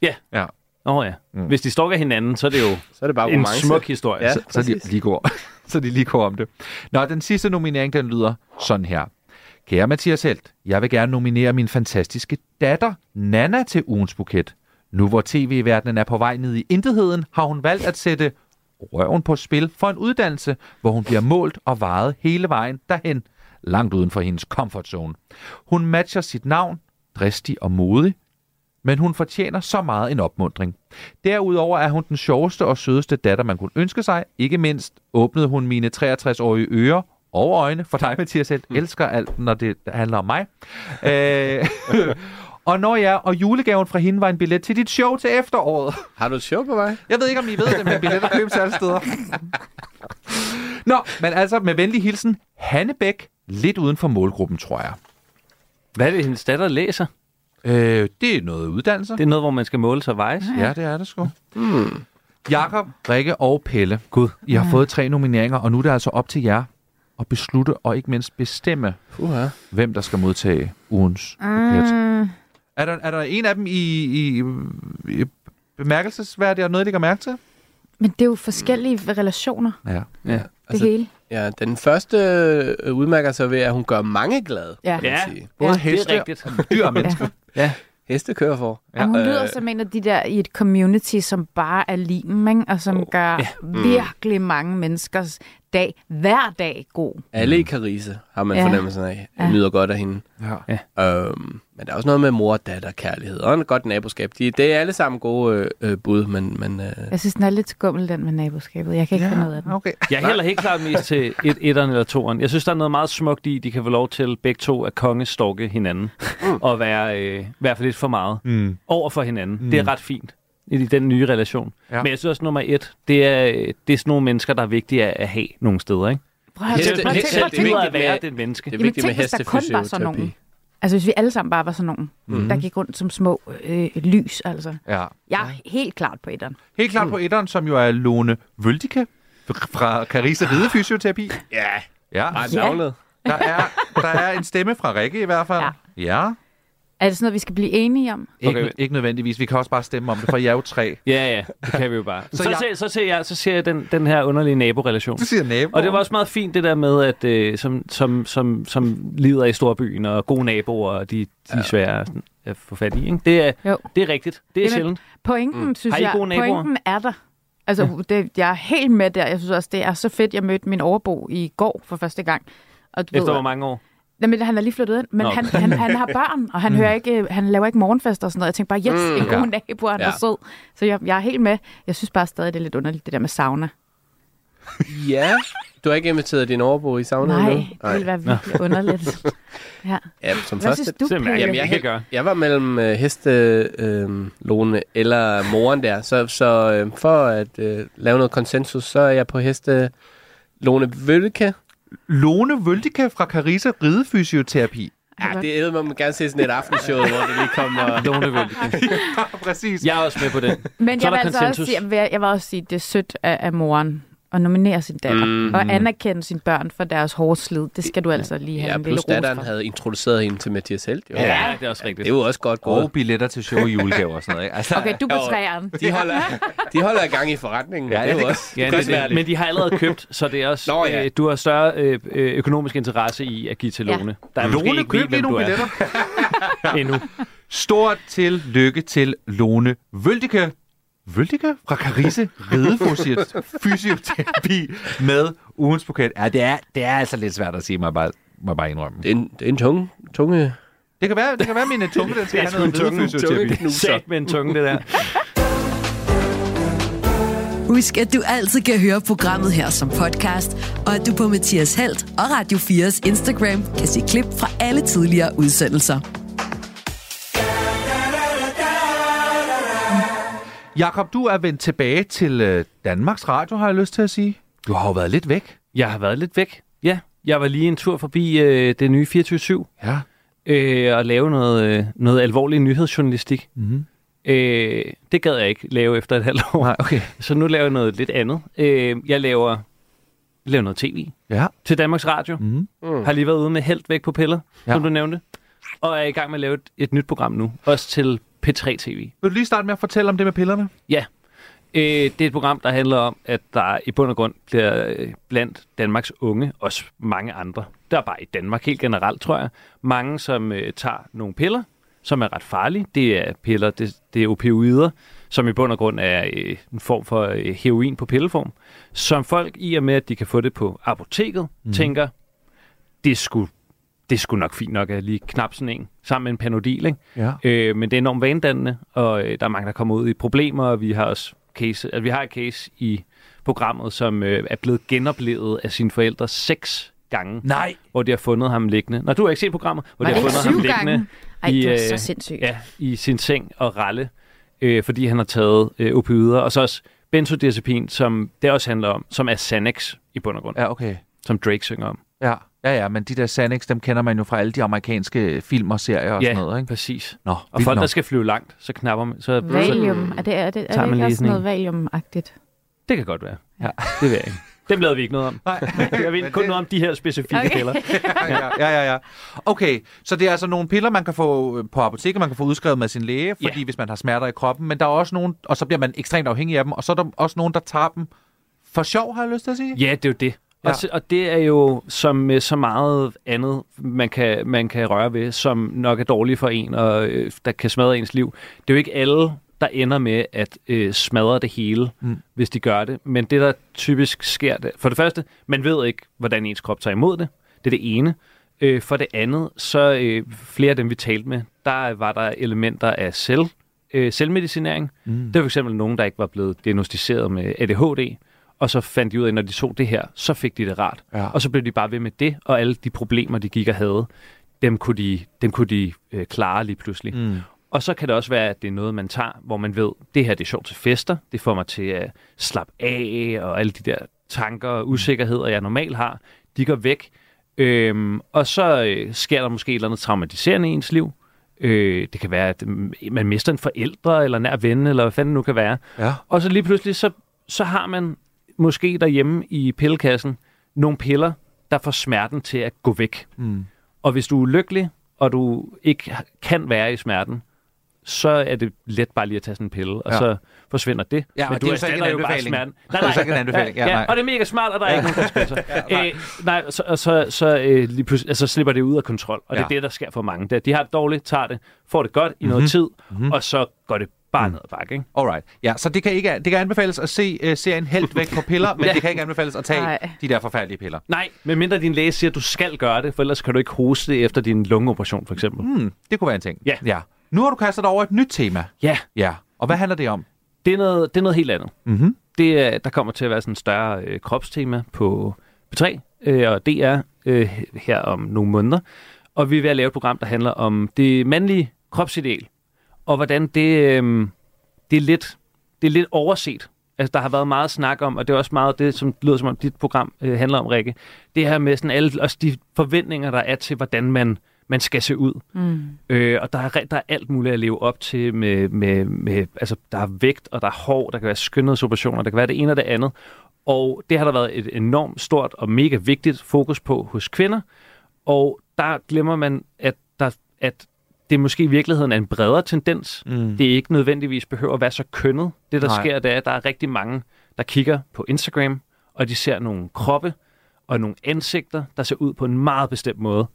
D: Ja.
C: ja.
D: Nå ja. Mm. Hvis de stalker hinanden, så er det jo
F: så er det bare
D: en
F: romance.
D: smuk historie.
F: Ja,
C: så, så, de lige går, så de lige går om det. Nå, den sidste nominering, den lyder sådan her. Kære Mathias Helt, jeg vil gerne nominere min fantastiske datter, Nana, til ugens buket. Nu hvor tv-verdenen er på vej ned i intetheden, har hun valgt at sætte røven på spil for en uddannelse, hvor hun bliver målt og vejet hele vejen derhen, langt uden for hendes comfort zone. Hun matcher sit navn, dristig og modig, men hun fortjener så meget en opmundring. Derudover er hun den sjoveste og sødeste datter, man kunne ønske sig. Ikke mindst åbnede hun mine 63-årige ører og øjne for dig, Mathias Helt. Elsker alt, når det handler om mig. øh, og når jeg og julegaven fra hende var en billet til dit show til efteråret.
F: Har du et show på vej?
C: Jeg ved ikke, om I ved det, men billetter købes alle steder. Nå, men altså med venlig hilsen, Hanne Bæk, lidt uden for målgruppen, tror jeg.
D: Hvad er det, hendes datter læser?
C: Øh, det er noget uddannelse.
D: Det er noget, hvor man skal måle sig vejes.
C: Ja, det er det sgu. Hmm. Jakob, Rikke og Pelle. Gud. I har fået tre nomineringer, og nu er det altså op til jer at beslutte og ikke mindst bestemme,
F: Uha.
C: hvem der skal modtage ugens buket.
E: Mm,
C: Er, der, er der en af dem i, i, i bemærkelsesværdigt og noget, I lægger mærke til?
E: men det er jo forskellige relationer,
C: Ja.
F: ja.
E: det hele.
F: Ja, den første øh, udmærker sig ved, at hun gør mange glade.
E: Ja.
F: kan man
E: Ja,
F: sige.
C: Både
E: Ja.
C: heste,
D: det er rigtigt.
C: dyr og mennesker.
F: Ja. Heste kører for.
E: Ja. Jamen, hun
F: Øh,
E: lyder som en af de der i et community, som bare er limen, ikke? og som oh, gør
F: ja. Mm.
E: yeah. virkelig mange menneskers dag, hver dag god.
F: Alle i Karise har man
E: Ja.
F: ja. fornemmelsen af.
E: Ja.
F: Ja. Nyder godt af hende.
C: Ja.
F: Øhm, men der er også noget med mor, datter, kærlighed og en godt naboskab. De, det er alle sammen gode øh, øh, bud, men... men øh,
E: Jeg synes, den er lidt skummel, den med naboskabet. Jeg kan ikke
C: Ja,
E: yeah. finde ud af den.
C: Okay.
D: Jeg er heller helt klart mest til et, etteren eller toeren. Jeg synes, der er noget meget smukt i, de kan få lov til begge to at kongestorke hinanden. Mm. Og være øh, i hvert fald lidt for meget
C: Mm.
D: over for hinanden. Mm. Det er ret fint i i den nye relation.
C: Ja.
D: Ja. Men jeg synes også, nummer et, det er, øh, det er sådan nogle mennesker, der er vigtige at, at have nogle steder, ikke?
E: Prøv at høre,
D: Heste-
E: prøv at
D: heste-
E: tænke-
D: det er vigtigt
E: prøv at
D: at
E: tænke-
D: være det er et menneske.
F: Det er
E: Jamen
F: vigtigt med
E: tænk, hvis der kun var sådan
F: hestefysioterapi.
E: nogen. Altså, hvis vi alle sammen bare var sådan nogen,
C: Mhm.
E: mm. der gik rundt som små øh, lys, altså.
C: Ja.
E: Jeg er helt klart på etteren.
C: Helt klart på etteren, som jo er Lone Vøldike fra Carissa Ride Fysioterapi.
F: Ja,
C: Ja.
F: meget navnet.
C: Der er, der er en stemme fra Rikke i hvert fald. Ja.
E: Er det sådan noget, vi skal blive enige om?
C: Ikke,
D: Okay.
C: ikke nødvendigvis. Vi kan også bare stemme om det, for jeg er jo tre.
D: Ja, ja, det kan vi jo bare. så, så,
C: jeg-
D: jeg... ser, så, ser jeg, så ser jeg den, den her underlige naborelation.
C: Du siger nabo.
D: Og det var også meget fint det der med, at øh, som, som, som, som lider i storbyen, og gode naboer, og de, de er svære sådan, at få fat i. Ikke? Det, er,
E: Jo.
D: det er rigtigt. Det er
E: Jamen,
D: sjældent.
E: Pointen, mm. synes
D: Har I
E: jeg,
D: gode naboer?
E: pointen er der. Altså, det, jeg er helt med der. Jeg synes også, det er så fedt. Jeg mødte min overbo i går for første gang. Og du
D: Efter
E: ved,
D: hvor mange år?
E: Nej, men han er lige flyttet ind, men
D: Nå,
E: han,
D: okay. Mm.
E: han, han, har børn, og han, hører ikke, øh, han laver ikke morgenfester og sådan noget. Jeg tænkte bare, yes,
F: Mm.
E: mm, en god
C: Ja.
E: nabo, han
F: Ja.
E: er sød. Så jeg, jeg er helt med. Jeg synes bare stadig, det er lidt underligt, det der med sauna.
F: Ja. Du har ikke inviteret din overbo i sauna
E: Nej,
F: endnu?
E: det ville være virkelig underligt. Ja.
F: Ja, som
E: Hvad
F: første.
E: synes du, Simpelthen, Peter?
F: Jamen, jeg, jeg, jeg var mellem øh, hestelåne eller moren der, så, så øh, for at øh, lave noget konsensus, så er jeg på hestelåne Vølke.
C: Lone Vøldike fra Carissa Ridefysioterapi.
F: Ja, det er man gerne se sådan et aftenshow, hvor det lige kommer...
C: Lone Vølke. Præcis.
D: Jeg er også med på den.
E: Men
D: så
E: jeg
D: er
E: vil,
D: der
E: altså også
D: konsensus.
E: sige, jeg vil- jeg vil også sige, at det er sødt af, af moren at nominere sin datter
F: Mhm.
E: mm. og anerkende sine børn for deres hårde slid. Det skal du altså lige have
F: Ja,
E: en lille
F: plus
E: ros
F: datteren
E: for.
F: havde introduceret hende til Mathias Helt. Jo.
E: Ja,
D: det er også rigtigt.
F: Det er jo også godt gået.
O: Og billetter til show og julegaver og sådan noget. Ikke? Altså,
E: Okay, du er på
F: Jo,
E: træeren.
F: De holder, de holder gang i forretningen.
O: Ja,
F: det
O: ja,
F: er
O: det
F: jo
O: gør-
F: også.
D: Ja,
F: kan
D: det,
F: også være
D: det, men de har allerede købt, så det er også, Nå, ja. øh, du har større øh, øh, økonomisk interesse i at give til
E: Ja.
D: Lone. Der er
C: Lone,
D: måske ikke
C: køb
D: ved,
C: lige
D: hvem
C: nogle
D: du er. Endnu.
C: Stort tillykke til Lone Vøldike. Vøldike fra Carisse Ridefysioterapi med ugens buket. Ja, det er, det er altså lidt svært at sige, må jeg bare, må jeg bare indrømme.
F: Det er en, det er en tunge, tunge
C: Det kan være, det kan være min tunge, den skal
D: Det er
C: have noget
D: sgu en tunge-
C: ridefysioterapi.
D: tungeknuser. Sæt med en tunge, det der.
B: Husk, at du altid kan høre programmet her som podcast, og at du på Mathias Helt og Radio 4's Instagram kan se klip fra alle tidligere udsendelser.
C: Jakob, du er vendt tilbage til øh, Danmarks Radio, har jeg lyst til at sige. Du har jo været lidt væk.
D: Jeg har været lidt væk. Ja, jeg var lige en tur forbi øh, det nye 24-7.
C: Ja.
D: Øh, og lave noget, øh, noget alvorlig nyhedsjournalistik.
C: Mhm.
D: Øh, det gad jeg ikke lave efter et halvt år.
C: Nej, okay.
D: Så nu laver jeg noget lidt andet. Øh, jeg laver, laver noget tv
C: Ja.
D: til Danmarks Radio.
C: Mhm.
D: Har lige været ude med Helt væk på piller,
C: Ja.
D: ja. som du nævnte. Og er i gang med at lave et, et nyt program nu. Også til P3 TV.
C: Vil du lige starte med at fortælle om det med pillerne?
D: Ja. Øh, det er et program, der handler om, at der i bund og grund bliver øh, blandt Danmarks unge, også mange andre, der er bare i Danmark helt generelt, tror jeg, mange, som øh, tager nogle piller, som er ret farlige. Det er piller, det, det er opioider, som i bund og grund er øh, en form for øh, heroin på pilleform, som folk i og med, at de kan få det på apoteket,
C: Mhm.
D: mm. tænker, det skulle det skulle nok fint nok at lige knap sådan en, sammen med en panodil, ikke?
C: Ja.
D: Øh, men det er enormt vanedannende, og øh, der er mange, der kommer ud i problemer, og vi har også case, altså, vi har et case i programmet, som øh, er blevet genoplevet af sine forældre seks gange.
C: Nej.
D: Hvor de har fundet ham liggende. Når du har ikke set programmet, hvor
E: Nej,
D: de har fundet
E: syv
D: ham liggende
E: gange. Ej, det var så
D: øh,
E: sindssygt.
D: Ja, i sin seng og ralle, øh, fordi han har taget øh, opioider, og så også benzodiazepin, som det også handler om, som er Xanax i bund og grund.
C: Ja, okay.
D: Som Drake synger om.
C: Ja. Ja, ja, men de der Xanax, dem kender man jo fra alle de amerikanske film og serier og
D: Ja,
C: sådan noget, ikke?
D: præcis.
C: Nå,
D: Og folk, der
C: nok.
D: skal flyve langt, så knapper man. Så,
E: Valium.
D: Så,
E: Er det, er det, er det
D: tager man
E: ikke
D: lige
E: også
D: sådan en.
E: noget valium-agtigt?
D: Det kan godt være.
C: Ja.
D: Det ved jeg ikke. Dem lavede vi ikke noget om. Nej. Jeg ved kun noget om de her specifikke
E: Okay.
D: okay. piller.
C: ja, ja, ja, ja. Okay, så det er altså nogle piller, man kan få øh, på apoteket, man kan få udskrevet med sin læge, fordi hvis man har smerter i kroppen, men der er også nogen, og så bliver man ekstremt afhængig af dem, og så er der også nogen, der tager dem for sjov, har jeg lyst til at sige.
D: Ja, det er jo det.
C: Ja.
D: Ja. Og, så- og det er jo som med så meget andet, man kan, man kan røre ved, som nok er dårligt for en, og øh, der kan smadre ens liv. Det er jo ikke alle, der ender med at øh, smadre det hele,
C: Mm.
D: mm. hvis de gør det. Men det, der typisk sker, det, for det første, man ved ikke, hvordan ens krop tager imod det. Det er det ene. Øh, for det andet, så øh, flere af dem, vi talte med, der var der elementer af selv, øh, selvmedicinering.
C: Mm.
D: Mm. Der var for eksempel nogen, der ikke var blevet diagnostiseret med ADHD, og så fandt de ud af, at når de så det her, så fik de det rart.
C: Ja.
D: Og så blev de bare ved med det, og alle de problemer, de gik og havde, dem kunne de, dem kunne de øh, klare lige pludselig.
C: Mm.
D: Og så kan det også være, at det er noget, man tager, hvor man ved, det her det er sjovt til fester, det får mig til at slappe af, og alle de der tanker og usikkerheder, jeg normalt har, de går væk. Øhm, og så øh, sker der måske et eller andet traumatiserende i ens liv. Øh, det kan være, at mm, man mister en forældre, eller en nær ven, eller hvad fanden det nu kan være.
C: Ja.
D: Og så lige pludselig, så, så har man måske derhjemme i pillekassen nogle piller, der får smerten til at gå væk.
C: Mm.
D: Og hvis du er ulykkelig, og du ikke kan være i smerten, så er det let bare lige at tage sådan en pille, og
C: Ja.
D: ja. så forsvinder det.
C: Ja, og det er
D: du
C: jo så ikke en
D: erstatter jo bare
C: anbefaling.
D: smerten.
C: Det er jo så ikke en anbefaling. Ja,
D: Ja,
C: nej.
D: ja, og det er mega smart, og der er ikke nogen konsekvenser. ja, nej. Øh, nej, så, og så, så, øh, lige pludselig, altså, slipper det ud af kontrol, og ja. det
C: Ja.
D: er det, der sker for mange. Det, er, de har det dårligt, tager det, får det godt i noget
C: Mhm.
D: tid,
C: Mhm. Mm.
D: og så går det bare ned ad bakke. Ikke?
C: Alright. Ja, så det kan, ikke, det kan anbefales at se uh, serien Helt væk på piller, men
D: Ja.
C: det kan ikke anbefales at tage
E: Nej.
C: de der forfærdelige piller.
D: Nej, medmindre din læge siger, at du skal gøre det, for ellers kan du ikke hoste efter din lungeoperation, for eksempel.
C: Mm, det kunne være en ting.
D: Ja.
C: ja. Nu har du kastet dig over et nyt tema.
D: Ja,
C: Ja. Og hvad handler det om?
D: det er noget, det er noget helt andet.
C: Mm-hmm.
D: det, er- der kommer til at være sådan en større øh, kropstema på P3 øh, og DR øh, her om nogle måneder. Og vi er ved at lave et program, der handler om det mandlige kropsideal, og hvordan det, øh, det, er, lidt, det er lidt overset. Altså, der har været meget snak om, og det er også meget det, som lyder som om dit program øh, handler om, Rikke. Det her med sådan alle, også de forventninger, der er til, hvordan man, man skal se ud.
E: Mm.
D: Øh, og der er, re- der er alt muligt at leve op til med, med, med, altså der er vægt, og der er hår, der kan være skønhedsoperationer, der kan være det ene og det andet. Og det har der været et enormt stort og mega vigtigt fokus på hos kvinder. Og der glemmer man, at, der, at det måske i virkeligheden er en bredere tendens.
C: Mm.
D: Det er ikke nødvendigvis behøver at være så kønnet. Det, der
C: Nej.
D: Nej. sker, det er, at der er rigtig mange, der kigger på Instagram, og de ser nogle kroppe og nogle ansigter, der ser ud på en meget bestemt måde.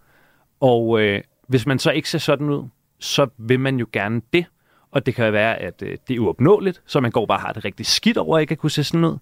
D: Og øh, hvis man så ikke ser sådan ud, så vil man jo gerne det. Og det kan jo være, at øh, det er uopnåeligt, så man går bare og har det rigtig skidt over ikke at kunne se sådan ud.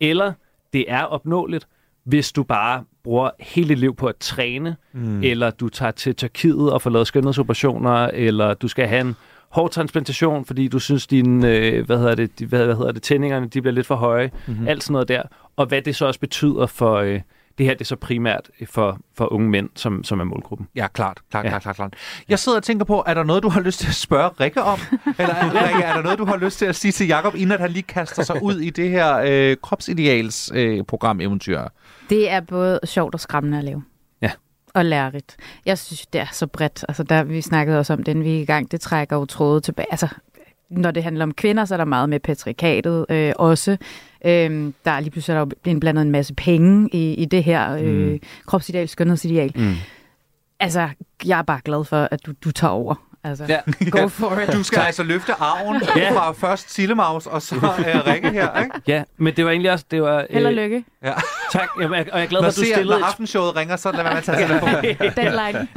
D: Eller det er opnåeligt, hvis du bare bruger hele dit liv på at træne,
C: Mm.
D: mm. eller du tager til Tyrkiet og får lavet skønhedsoperationer, eller du skal have en hårtransplantation, fordi du synes, dine, øh, hvad hedder det, de, hvad, hvad hedder det, tændingerne, de bliver lidt for høje,
C: Mhm.
D: mm-hmm. alt sådan noget der. Og hvad det så også betyder for, øh, det her det er så primært for, for unge mænd, som, som er målgruppen.
C: Ja, klart. klart, ja. klart, klart, klart. Jeg sidder og tænker på, er der noget, du har lyst til at spørge Rikke om? Eller er, Rikke, er der noget, du har lyst til at sige til Jakob, inden at han lige kaster sig ud i det her øh, kropsideals øh, program-eventyr?
E: Det er både sjovt og skræmmende at lave.
C: Ja.
E: Og lærerigt. Jeg synes, det er så bredt. Altså, der, vi snakkede også om den vi i gang. Det trækker jo tråde tilbage. Altså, når det handler om kvinder, så er der meget med patriarkatet øh, også. Øhm, der er lige pludselig er der jo blevet blandet en masse penge i, i det her øh,
P: Mm.
E: kropsideal, skønhedsideal.
P: Mm.
E: Altså, jeg er bare glad for, at du, du tager over. Altså, ja. go for it.
C: Du skal altså løfte arven ja.
D: Ja.
C: fra først Sillemaus og så øh, Rikke her, ikke?
D: Ja, men det var egentlig også... Det var, øh,
E: Held og lykke.
C: Ja.
D: Tak, jamen, jeg- og jeg er glad
C: når
D: for, at du
C: ser-
D: stillede...
C: Når
D: et-
C: aftenshowet ringer, så lad være med at tage sig
E: Deadline.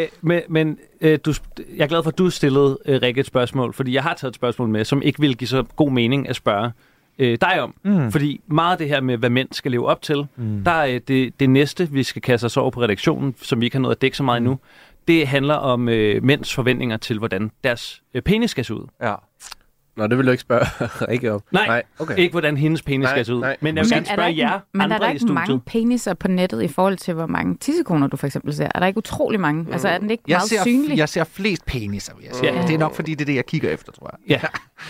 D: øh, men men øh, du, jeg er glad for, at du stillede, øh, Rikke, et spørgsmål, fordi jeg har taget et spørgsmål med, som ikke ville give så god mening at spørge øh, dig om.
C: Mm.
D: Fordi meget af det her med, hvad mænd skal leve op til,
C: Mm.
D: mm. der er øh, det, det næste, vi skal kaste os over på redaktionen, som vi ikke har nået at dække så meget endnu, det handler om øh, mænds forventninger til, hvordan deres øh, penis skal se ud.
C: Ja.
F: Nå, det vil du ikke spørge Rikke om.
D: Nej, nej okay. ikke hvordan hendes penis
F: Nej,
D: skal se ud.
F: nej.
D: Men jeg vil
F: Men
D: gerne
E: er der
D: spørge
E: ikke,
D: jer
E: men
D: andre
E: er der
D: i
E: ikke
D: studiet.
E: mange peniser på nettet i forhold til, hvor mange tissekoner du for eksempel ser? Er der ikke utrolig mange? Altså, er den ikke
C: Mm. Jeg
E: meget
C: ser,
E: synlig?
C: jeg ser flest peniser, vil jeg sige.
D: Ja.
C: Det er nok, fordi det er det, jeg kigger efter, tror jeg.
D: Ja.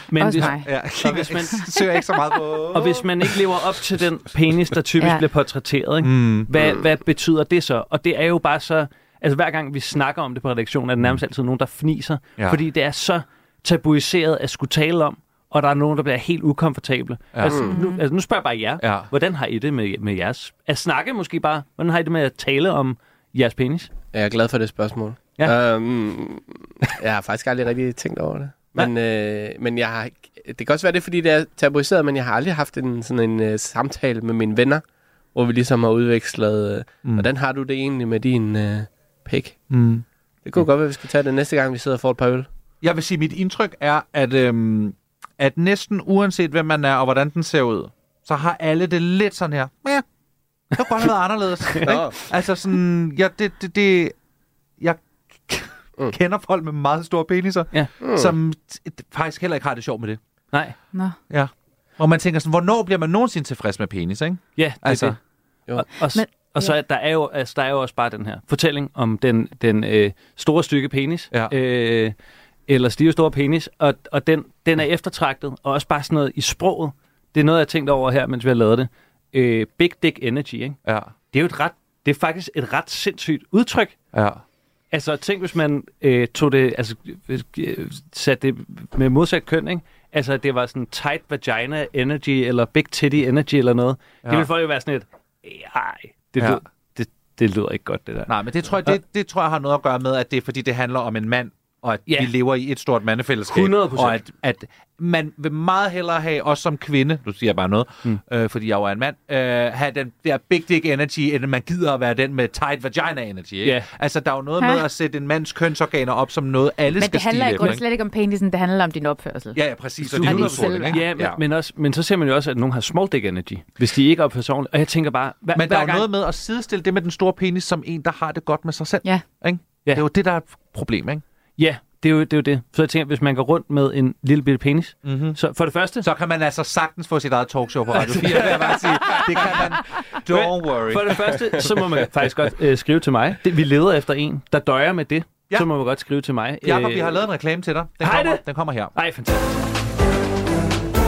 D: Men
C: Også
D: hvis,
C: mig. Ja,
D: og hvis man,
C: søger ikke så meget på...
D: og hvis man ikke lever op til den penis, der typisk
C: Ja.
D: ja. bliver portrætteret, ikke?
C: Mm.
D: Hvad,
C: Mm.
D: hvad betyder det så? Og det er jo bare så... Altså hver gang vi snakker om det på redaktionen, er der nærmest altid nogen, der fniser.
C: Mm. Ja.
D: Ja. Fordi det er så tabuiseret at skulle tale om, og der er nogen, der bliver helt ukomfortable.
C: Ja.
D: Ja. Altså,
C: Mm.
D: nu, altså nu spørger jeg bare jer.
C: Ja.
D: Hvordan har I det med, med jeres... At snakke måske bare... Hvordan har I det med at tale om jeres penis?
F: Jeg er glad for det spørgsmål. Ja. Øhm, jeg har faktisk aldrig rigtig tænkt over det. Men, øh, men jeg har, ikke- det kan også være, det er, fordi det er tabuiseret, men jeg har aldrig haft en, sådan en øh, samtale med mine venner, hvor vi ligesom har udvekslet, øh,
C: Mm.
F: mm. hvordan har du det egentlig med din øh, pik?
C: Mm.
F: Det kunne godt være, vi skulle tage det næste gang, vi sidder og får et par øl.
C: Jeg vil sige, mit indtryk er, at, øhm, at næsten uanset hvem man er og hvordan den ser ud, så har alle det lidt sådan her. Ja, det kunne godt have været anderledes. ikke? altså sådan, ja, det, det, det, jeg mm. kender folk med meget store peniser,
D: ja.
E: Mm.
C: som t- faktisk heller ikke har det sjovt med det.
D: Nej.
E: Nå.
C: Ja. Og man tænker sådan, hvornår bliver man nogensinde tilfreds med penis, ikke?
D: Ja, det altså. er det.
F: Jo.
D: Og, og, Men, og så
C: ja.
D: ja. der er jo, altså, der er jo også bare den her fortælling om den, den øh, store stykke penis,
C: ja.
D: øh, eller stive store penis, og, og den, den er eftertragtet, og også bare sådan noget i sproget. Det er noget, jeg har tænkt over her, mens vi har lavet det. Øh, big dick energy, ikke?
C: Ja.
D: Det er jo et ret, det er faktisk et ret sindssygt udtryk.
C: Ja.
D: Altså, tænk hvis man øh, tog det, altså, øh, satte det med modsat køn, ikke? Altså, det var sådan tight vagina energy, eller big titty energy, eller noget. Ja.
C: Ja.
D: Det ville folk jo være sådan et, ej, det,
C: Ja.
D: ja. det, det lyder ikke godt, det der.
C: Nej, men det tror, jeg, det, det tror jeg har noget at gøre med, at det er fordi, det handler om en mand, og at ja. vi lever i et stort mandefællesskab.
D: 100%.
C: Og at, at man vil meget hellere have, også som kvinde, nu siger jeg bare noget, mm. øh, fordi jeg jo er en mand, øh, have den der big dick energy, end man gider at være den med tight vagina energy. Ikke?
D: Ja.
C: Altså, der er jo noget
E: Ja.
C: med at sætte en mands kønsorganer op som noget, alle
E: Men
C: skal
E: det handler
C: stige
E: ikke,
C: efter,
E: slet ikke om penisen, det handler om din opførsel.
C: Ja, ja, præcis.
E: Og din
D: udstråling,
E: selvværd.
D: ikke? Ja, men, ja. Men, også, men så ser man jo også, at nogen har small dick energy, hvis de ikke opfører sig ordentligt. Og jeg tænker bare, hver,
C: Men der
D: hver
C: er jo
D: gang...
C: noget med at sidestille det med den store penis som en, der har det godt med sig selv.
E: Ja.
C: Ikke? Ja. Det er jo det, der er et problem, ikke?
D: Ja, det er, jo, det er jo det. Så jeg tænker, hvis man går rundt med en lille bitte penis, mm-hmm. så for det første...
C: Mhm. Så kan man altså sagtens få sit eget talkshow på Radio 4, vil jeg bare sige. Det kan man. Don't worry.
D: For det første, så må man faktisk godt øh, skrive til mig. Det, vi leder efter en, der døjer med det. Ja. Så må man godt skrive til mig.
C: Jakob, vi har lavet en reklame til dig. Den
D: Øh. Har I
C: kommer,
D: det?
C: den kommer her.
D: Nej, fantastisk.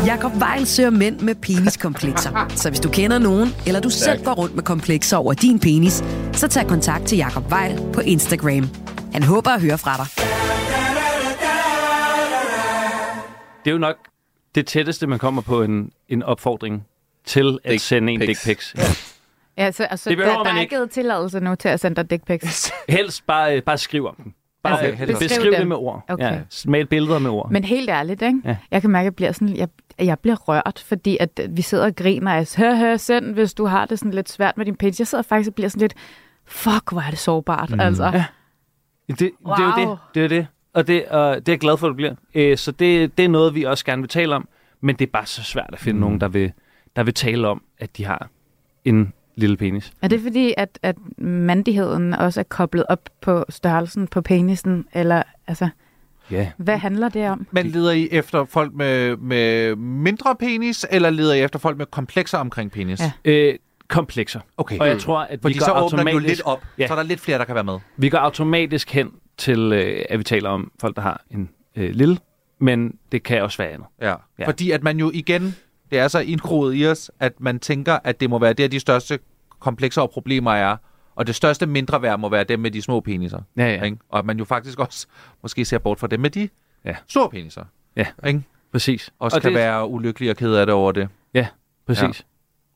B: Jakob Weil søger mænd med peniskomplekser. Så hvis du kender nogen, eller du selv går rundt med komplekser over din penis, så tag kontakt til Jakob Weil på Instagram. Han håber at høre fra dig.
D: Det er jo nok det tætteste, man kommer på en, en opfordring til at sende en dick pics. Ja.
E: Ja, så, altså,
D: Det
E: det
D: behøver
E: der, der
D: man
E: er
D: ikke.
E: givet tilladelse nu til at sende dig dick pics.
D: Helst bare, øh, bare skriv om den. Bare
E: Okay,
D: okay,
E: helt
D: beskriv,
E: klart.
D: det med ord.
E: Okay.
D: Ja, mal billeder med ord.
E: Men helt ærligt, ikke?
D: Ja.
E: Ja. jeg kan mærke, at jeg bliver, sådan, jeg, jeg bliver rørt, fordi at vi sidder og griner af, hør, hør, send, hvis du har det sådan lidt svært med din penis. Jeg sidder faktisk og bliver sådan lidt, fuck, hvor er det sårbart,
D: Mm.
E: mm. altså.
D: Ja. Det, wow. det er jo
E: Wow.
D: det. Det er det. Og det, og det er jeg glad for, at det bliver. Øh, så det, det er noget, vi også gerne vil tale om. Men det er bare så svært at finde mm. nogen, der vil, der vil tale om, at de har en lille penis.
E: Er det fordi, at, at mandigheden også er koblet op på størrelsen på penisen, eller altså,
D: Ja.
E: hvad handler det om?
C: Men leder I efter folk med, med mindre penis, eller leder I efter folk med komplekser omkring penis?
E: Ja.
D: Øh, komplekser.
C: Okay. Mm.
D: Og jeg tror, at
C: Fordi
D: vi går
C: så åbner den jo
D: automatisk...
C: lidt op,
D: Ja.
C: ja. så er der lidt flere, der kan være med.
D: Vi går automatisk hen til, øh, at vi taler om folk, der har en øh, lille, men det kan også være andet.
C: Ja.
D: Ja.
C: ja. Fordi at man jo igen, det er så indgroet i os, at man tænker, at det må være der, de største komplekser og problemer er. Og det største mindre værd må være dem med de små peniser.
D: Ja, ja.
C: Ikke? Og at man jo faktisk også måske ser bort fra dem med de
D: Ja.
C: store peniser.
D: Ja,
C: Ikke?
D: præcis.
C: Også og kan det... være ulykkelig og ked af det over det.
D: Ja, præcis. Mm.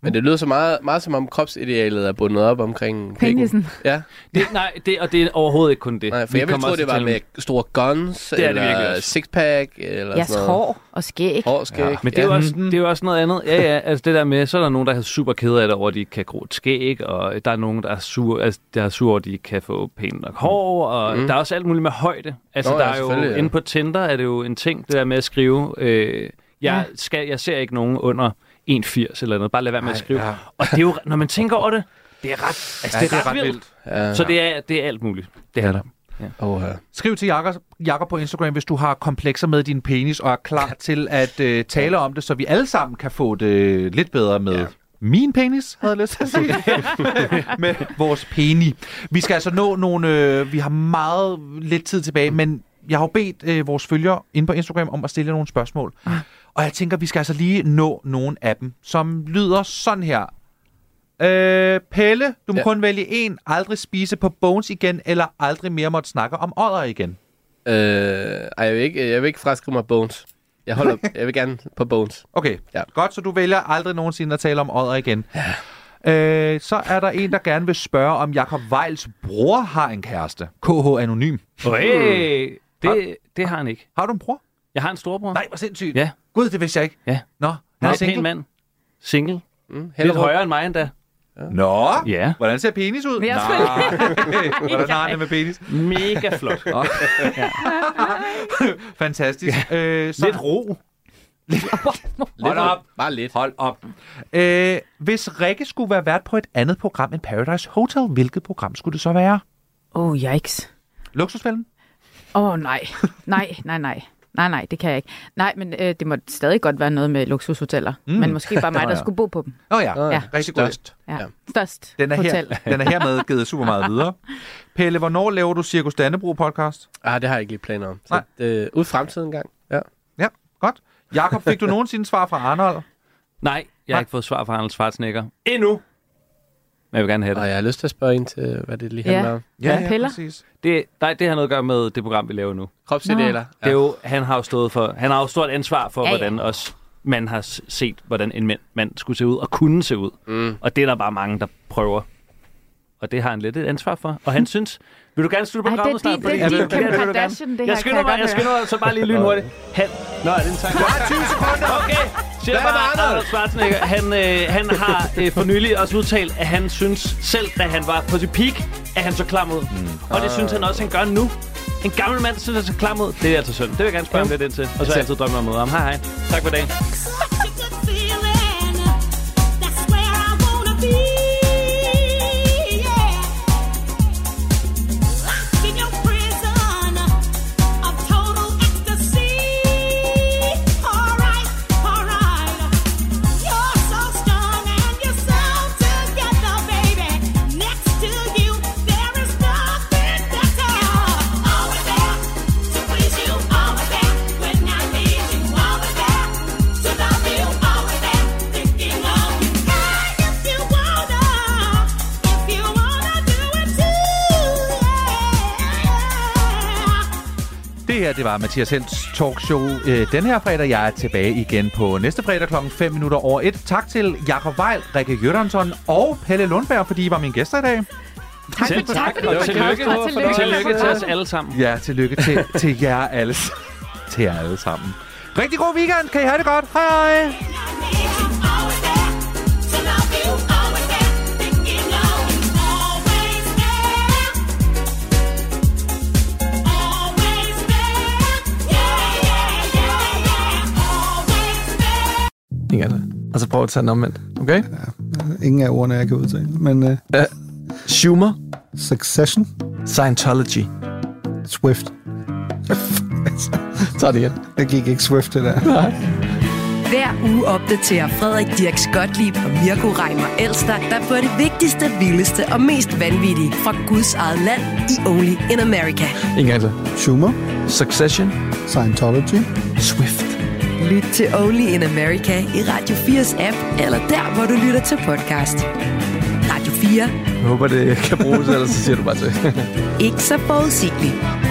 F: Men det lyder så meget, meget som om kropsidealet er bundet op omkring pikken.
E: Penisen.
F: Ja.
D: Det, nej, det, og det er overhovedet ikke kun det.
F: Nej, for
D: Vi
F: jeg ville
D: kommer
F: tro,
D: også
F: det var
D: til-
F: med store guns,
D: Det er det virkelig
F: eller
D: også.
F: sixpack, eller
E: Jeres
C: Altså-
F: sådan noget.
E: hår og skæg.
F: Hår, skæg.
D: Ja, men det er, jo også, det er jo også noget andet. Ja, ja, altså det der med, så er der nogen, der er super kede af det over, at de ikke kan gro et skæg, og der er nogen, der er sure, altså, der er sure over, at de ikke kan få pænt nok hår, og mm.
F: Mm.
D: der er også alt muligt med højde. Altså Nå,
F: Nå,
D: der
F: ja,
D: er jo,
F: selvfølgelig,
D: ja.
F: ja.
D: inde på Tinder er det jo en ting, det der med at skrive, øh, jeg,
E: Ja.
D: skal, jeg ser ikke nogen under 1,80 eller noget, bare lad være med at
C: Ej,
D: skrive.
C: ja.
D: Og det er jo, når man tænker over det, det er ret, altså,
C: Ja,
D: det er ret, vildt.
F: Ja.
D: Så det er, det er alt muligt. Det er der.
F: Åh, ja.
C: Skriv til Jakob, Jakob på Instagram, hvis du har komplekser med din penis og er klar til at øh, tale om det, så vi alle sammen kan få det lidt bedre med ja. min penis, havde jeg lyst til at sige. med vores peni. Vi skal altså nå nogle... Øh, vi har meget lidt tid tilbage, men jeg har jo bedt øh, vores følgere inde på Instagram om at stille nogle spørgsmål. Og jeg tænker, vi skal altså lige nå nogle af dem, som lyder sådan her. Øh, Pelle, du må ja.
F: Ja.
C: kun vælge en. Aldrig spise på Bones igen, eller aldrig mere måtte snakke om ådder igen.
F: Øh, ej, jeg vil ikke, jeg vil ikke fraskrive mig Bones. Jeg, holder, jeg vil gerne på Bones.
C: Okay, ja.
F: Ja.
C: godt, så du vælger aldrig nogensinde at tale om ådder igen. Ja. Øh, så er der en, der gerne vil spørge, om Jakob Weils bror har en kæreste. KH Anonym.
D: Hey, det, det har han ikke.
C: Har du en bror?
D: Jeg har en storbror.
C: Nej, hvor sindssygt.
D: Ja.
C: Gud, det vidste jeg ikke.
D: Ja.
C: Nå, han er
D: Meget pæn
C: single.
D: mand. Single.
F: Mm,
D: Lidt højere end mig endda.
C: Nå,
D: Ja.
C: hvordan ser penis ud?
E: Men jeg
C: Nej, hvordan har han det med penis?
D: Mega flot.
C: Fantastisk. Ja. Øh, så...
D: Lidt ro.
C: Hold op.
F: Bare lidt.
C: Hold op. Øh, hvis Rikke skulle være vært på et andet program end Paradise Hotel, hvilket program skulle det så være?
E: Åh, oh, yikes.
C: Luksusfælden?
E: Åh, oh, nej. Nej, nej, nej. Nej, nej, det kan jeg ikke. Nej, men øh, det må stadig godt være noget med luksushoteller. Mm. Men måske bare mig,
C: Nå,
E: der
C: ja.
E: skulle bo på dem.
C: Nå ja,
F: Nå
E: ja.
C: rigtig godt.
E: Ja.
F: Ja.
E: Størst
C: Den er, her,
E: hotel.
C: den er hermed givet super meget videre. Pelle, hvornår laver du Cirkus Dannebro podcast?
F: Ah, det har jeg ikke lige planer om. Så,
C: Nej.
F: øh, ud i fremtiden engang. Ja.
C: Ja, godt. Jakob, fik du nogensinde svar fra Arnold?
D: Nej, jeg har ikke fået svar fra Arnold Schwarzenegger. Endnu. Men jeg vil gerne have det.
F: Og jeg har lyst til at spørge ind til, hvad det lige
E: Ja.
F: handler om.
E: Ja, piller.
C: præcis.
D: det. Nej, det har noget at gøre med det program, vi laver nu.
F: Kropsidealer.
D: Ja. Det er jo, han har jo stået for, han har jo stort ansvar for, ja,
E: Ja, ja.
D: hvordan også man har s- set, hvordan en mand, mand skulle se ud og kunne se ud.
F: Mm.
D: Og det er der bare mange, der prøver. Og det har han lidt et ansvar for. Og han synes, vil du gerne slutte
E: Ej, det
D: programmet
E: er
D: snart?
E: din-
D: Fordi-
E: det er din
D: Ja, vil du
E: Kim
D: gerne? Vil du gerne?
E: Kardashian, det her,
D: Jeg
E: kan
D: skynder
E: jeg
D: mig,
E: godt
D: jeg skynder mig, så bare lige lynhurtigt. Han, nå, er det en tanke?
C: Ah, 20 sekunder!
D: Okay, siger
C: Hvad med
D: bare,
C: Arnold?
D: Arnold Schwarzenegger, han, øh, han har øh, for nylig også udtalt, at han synes selv, da han var på sit peak, at han så klam ud. Mm. Og det synes han også, han gør nu. En gammel mand synes, han så klam ud. Det er altså synd. Det vil jeg gerne spørge ham lidt ind til. Og så har jeg altid drømme om at møde ham. Hej hej. Tak for dagen.
P: Yeah. Locked in your prison of time.
C: det var Mathias Helds talkshow øh, den her fredag. Jeg er tilbage igen på næste fredag klokken 5 minutter over 1. Tak til Jakob Weil, Rikke Jørgensen og Pelle Lundberg, fordi I var mine gæster i dag.
D: Tak, Selv tak, tak, og tillykke. Og tillykke. tillykke til os alle sammen.
C: Ja, tillykke til, til jer alle, s- til jer alle sammen. Rigtig god weekend. Kan I have det godt. Hej hej.
N: Ingen af det. Og så prøv at tage den omvendt. Okay?
J: Ingen af ordene, jeg kan udtale. Men uh,
N: Uh, Schumer.
J: Succession.
N: Scientology.
J: Swift.
N: Så er det igen.
J: Det gik ikke Swift, det der.
B: Hver uge opdaterer Frederik Dirk Skotlib og Mirko Reimer Elster dig på det vigtigste, vildeste og mest vanvittige fra Guds eget land i Only in America.
N: Ingen af det.
J: Schumer.
N: Succession.
J: Scientology.
N: Swift.
B: Lyt til Only in America i Radio 4's app, eller der, hvor du lytter til podcast. Radio 4.
N: Jeg håber, det kan bruges, ellers så siger du bare til.
B: Ikke så forudsigeligt.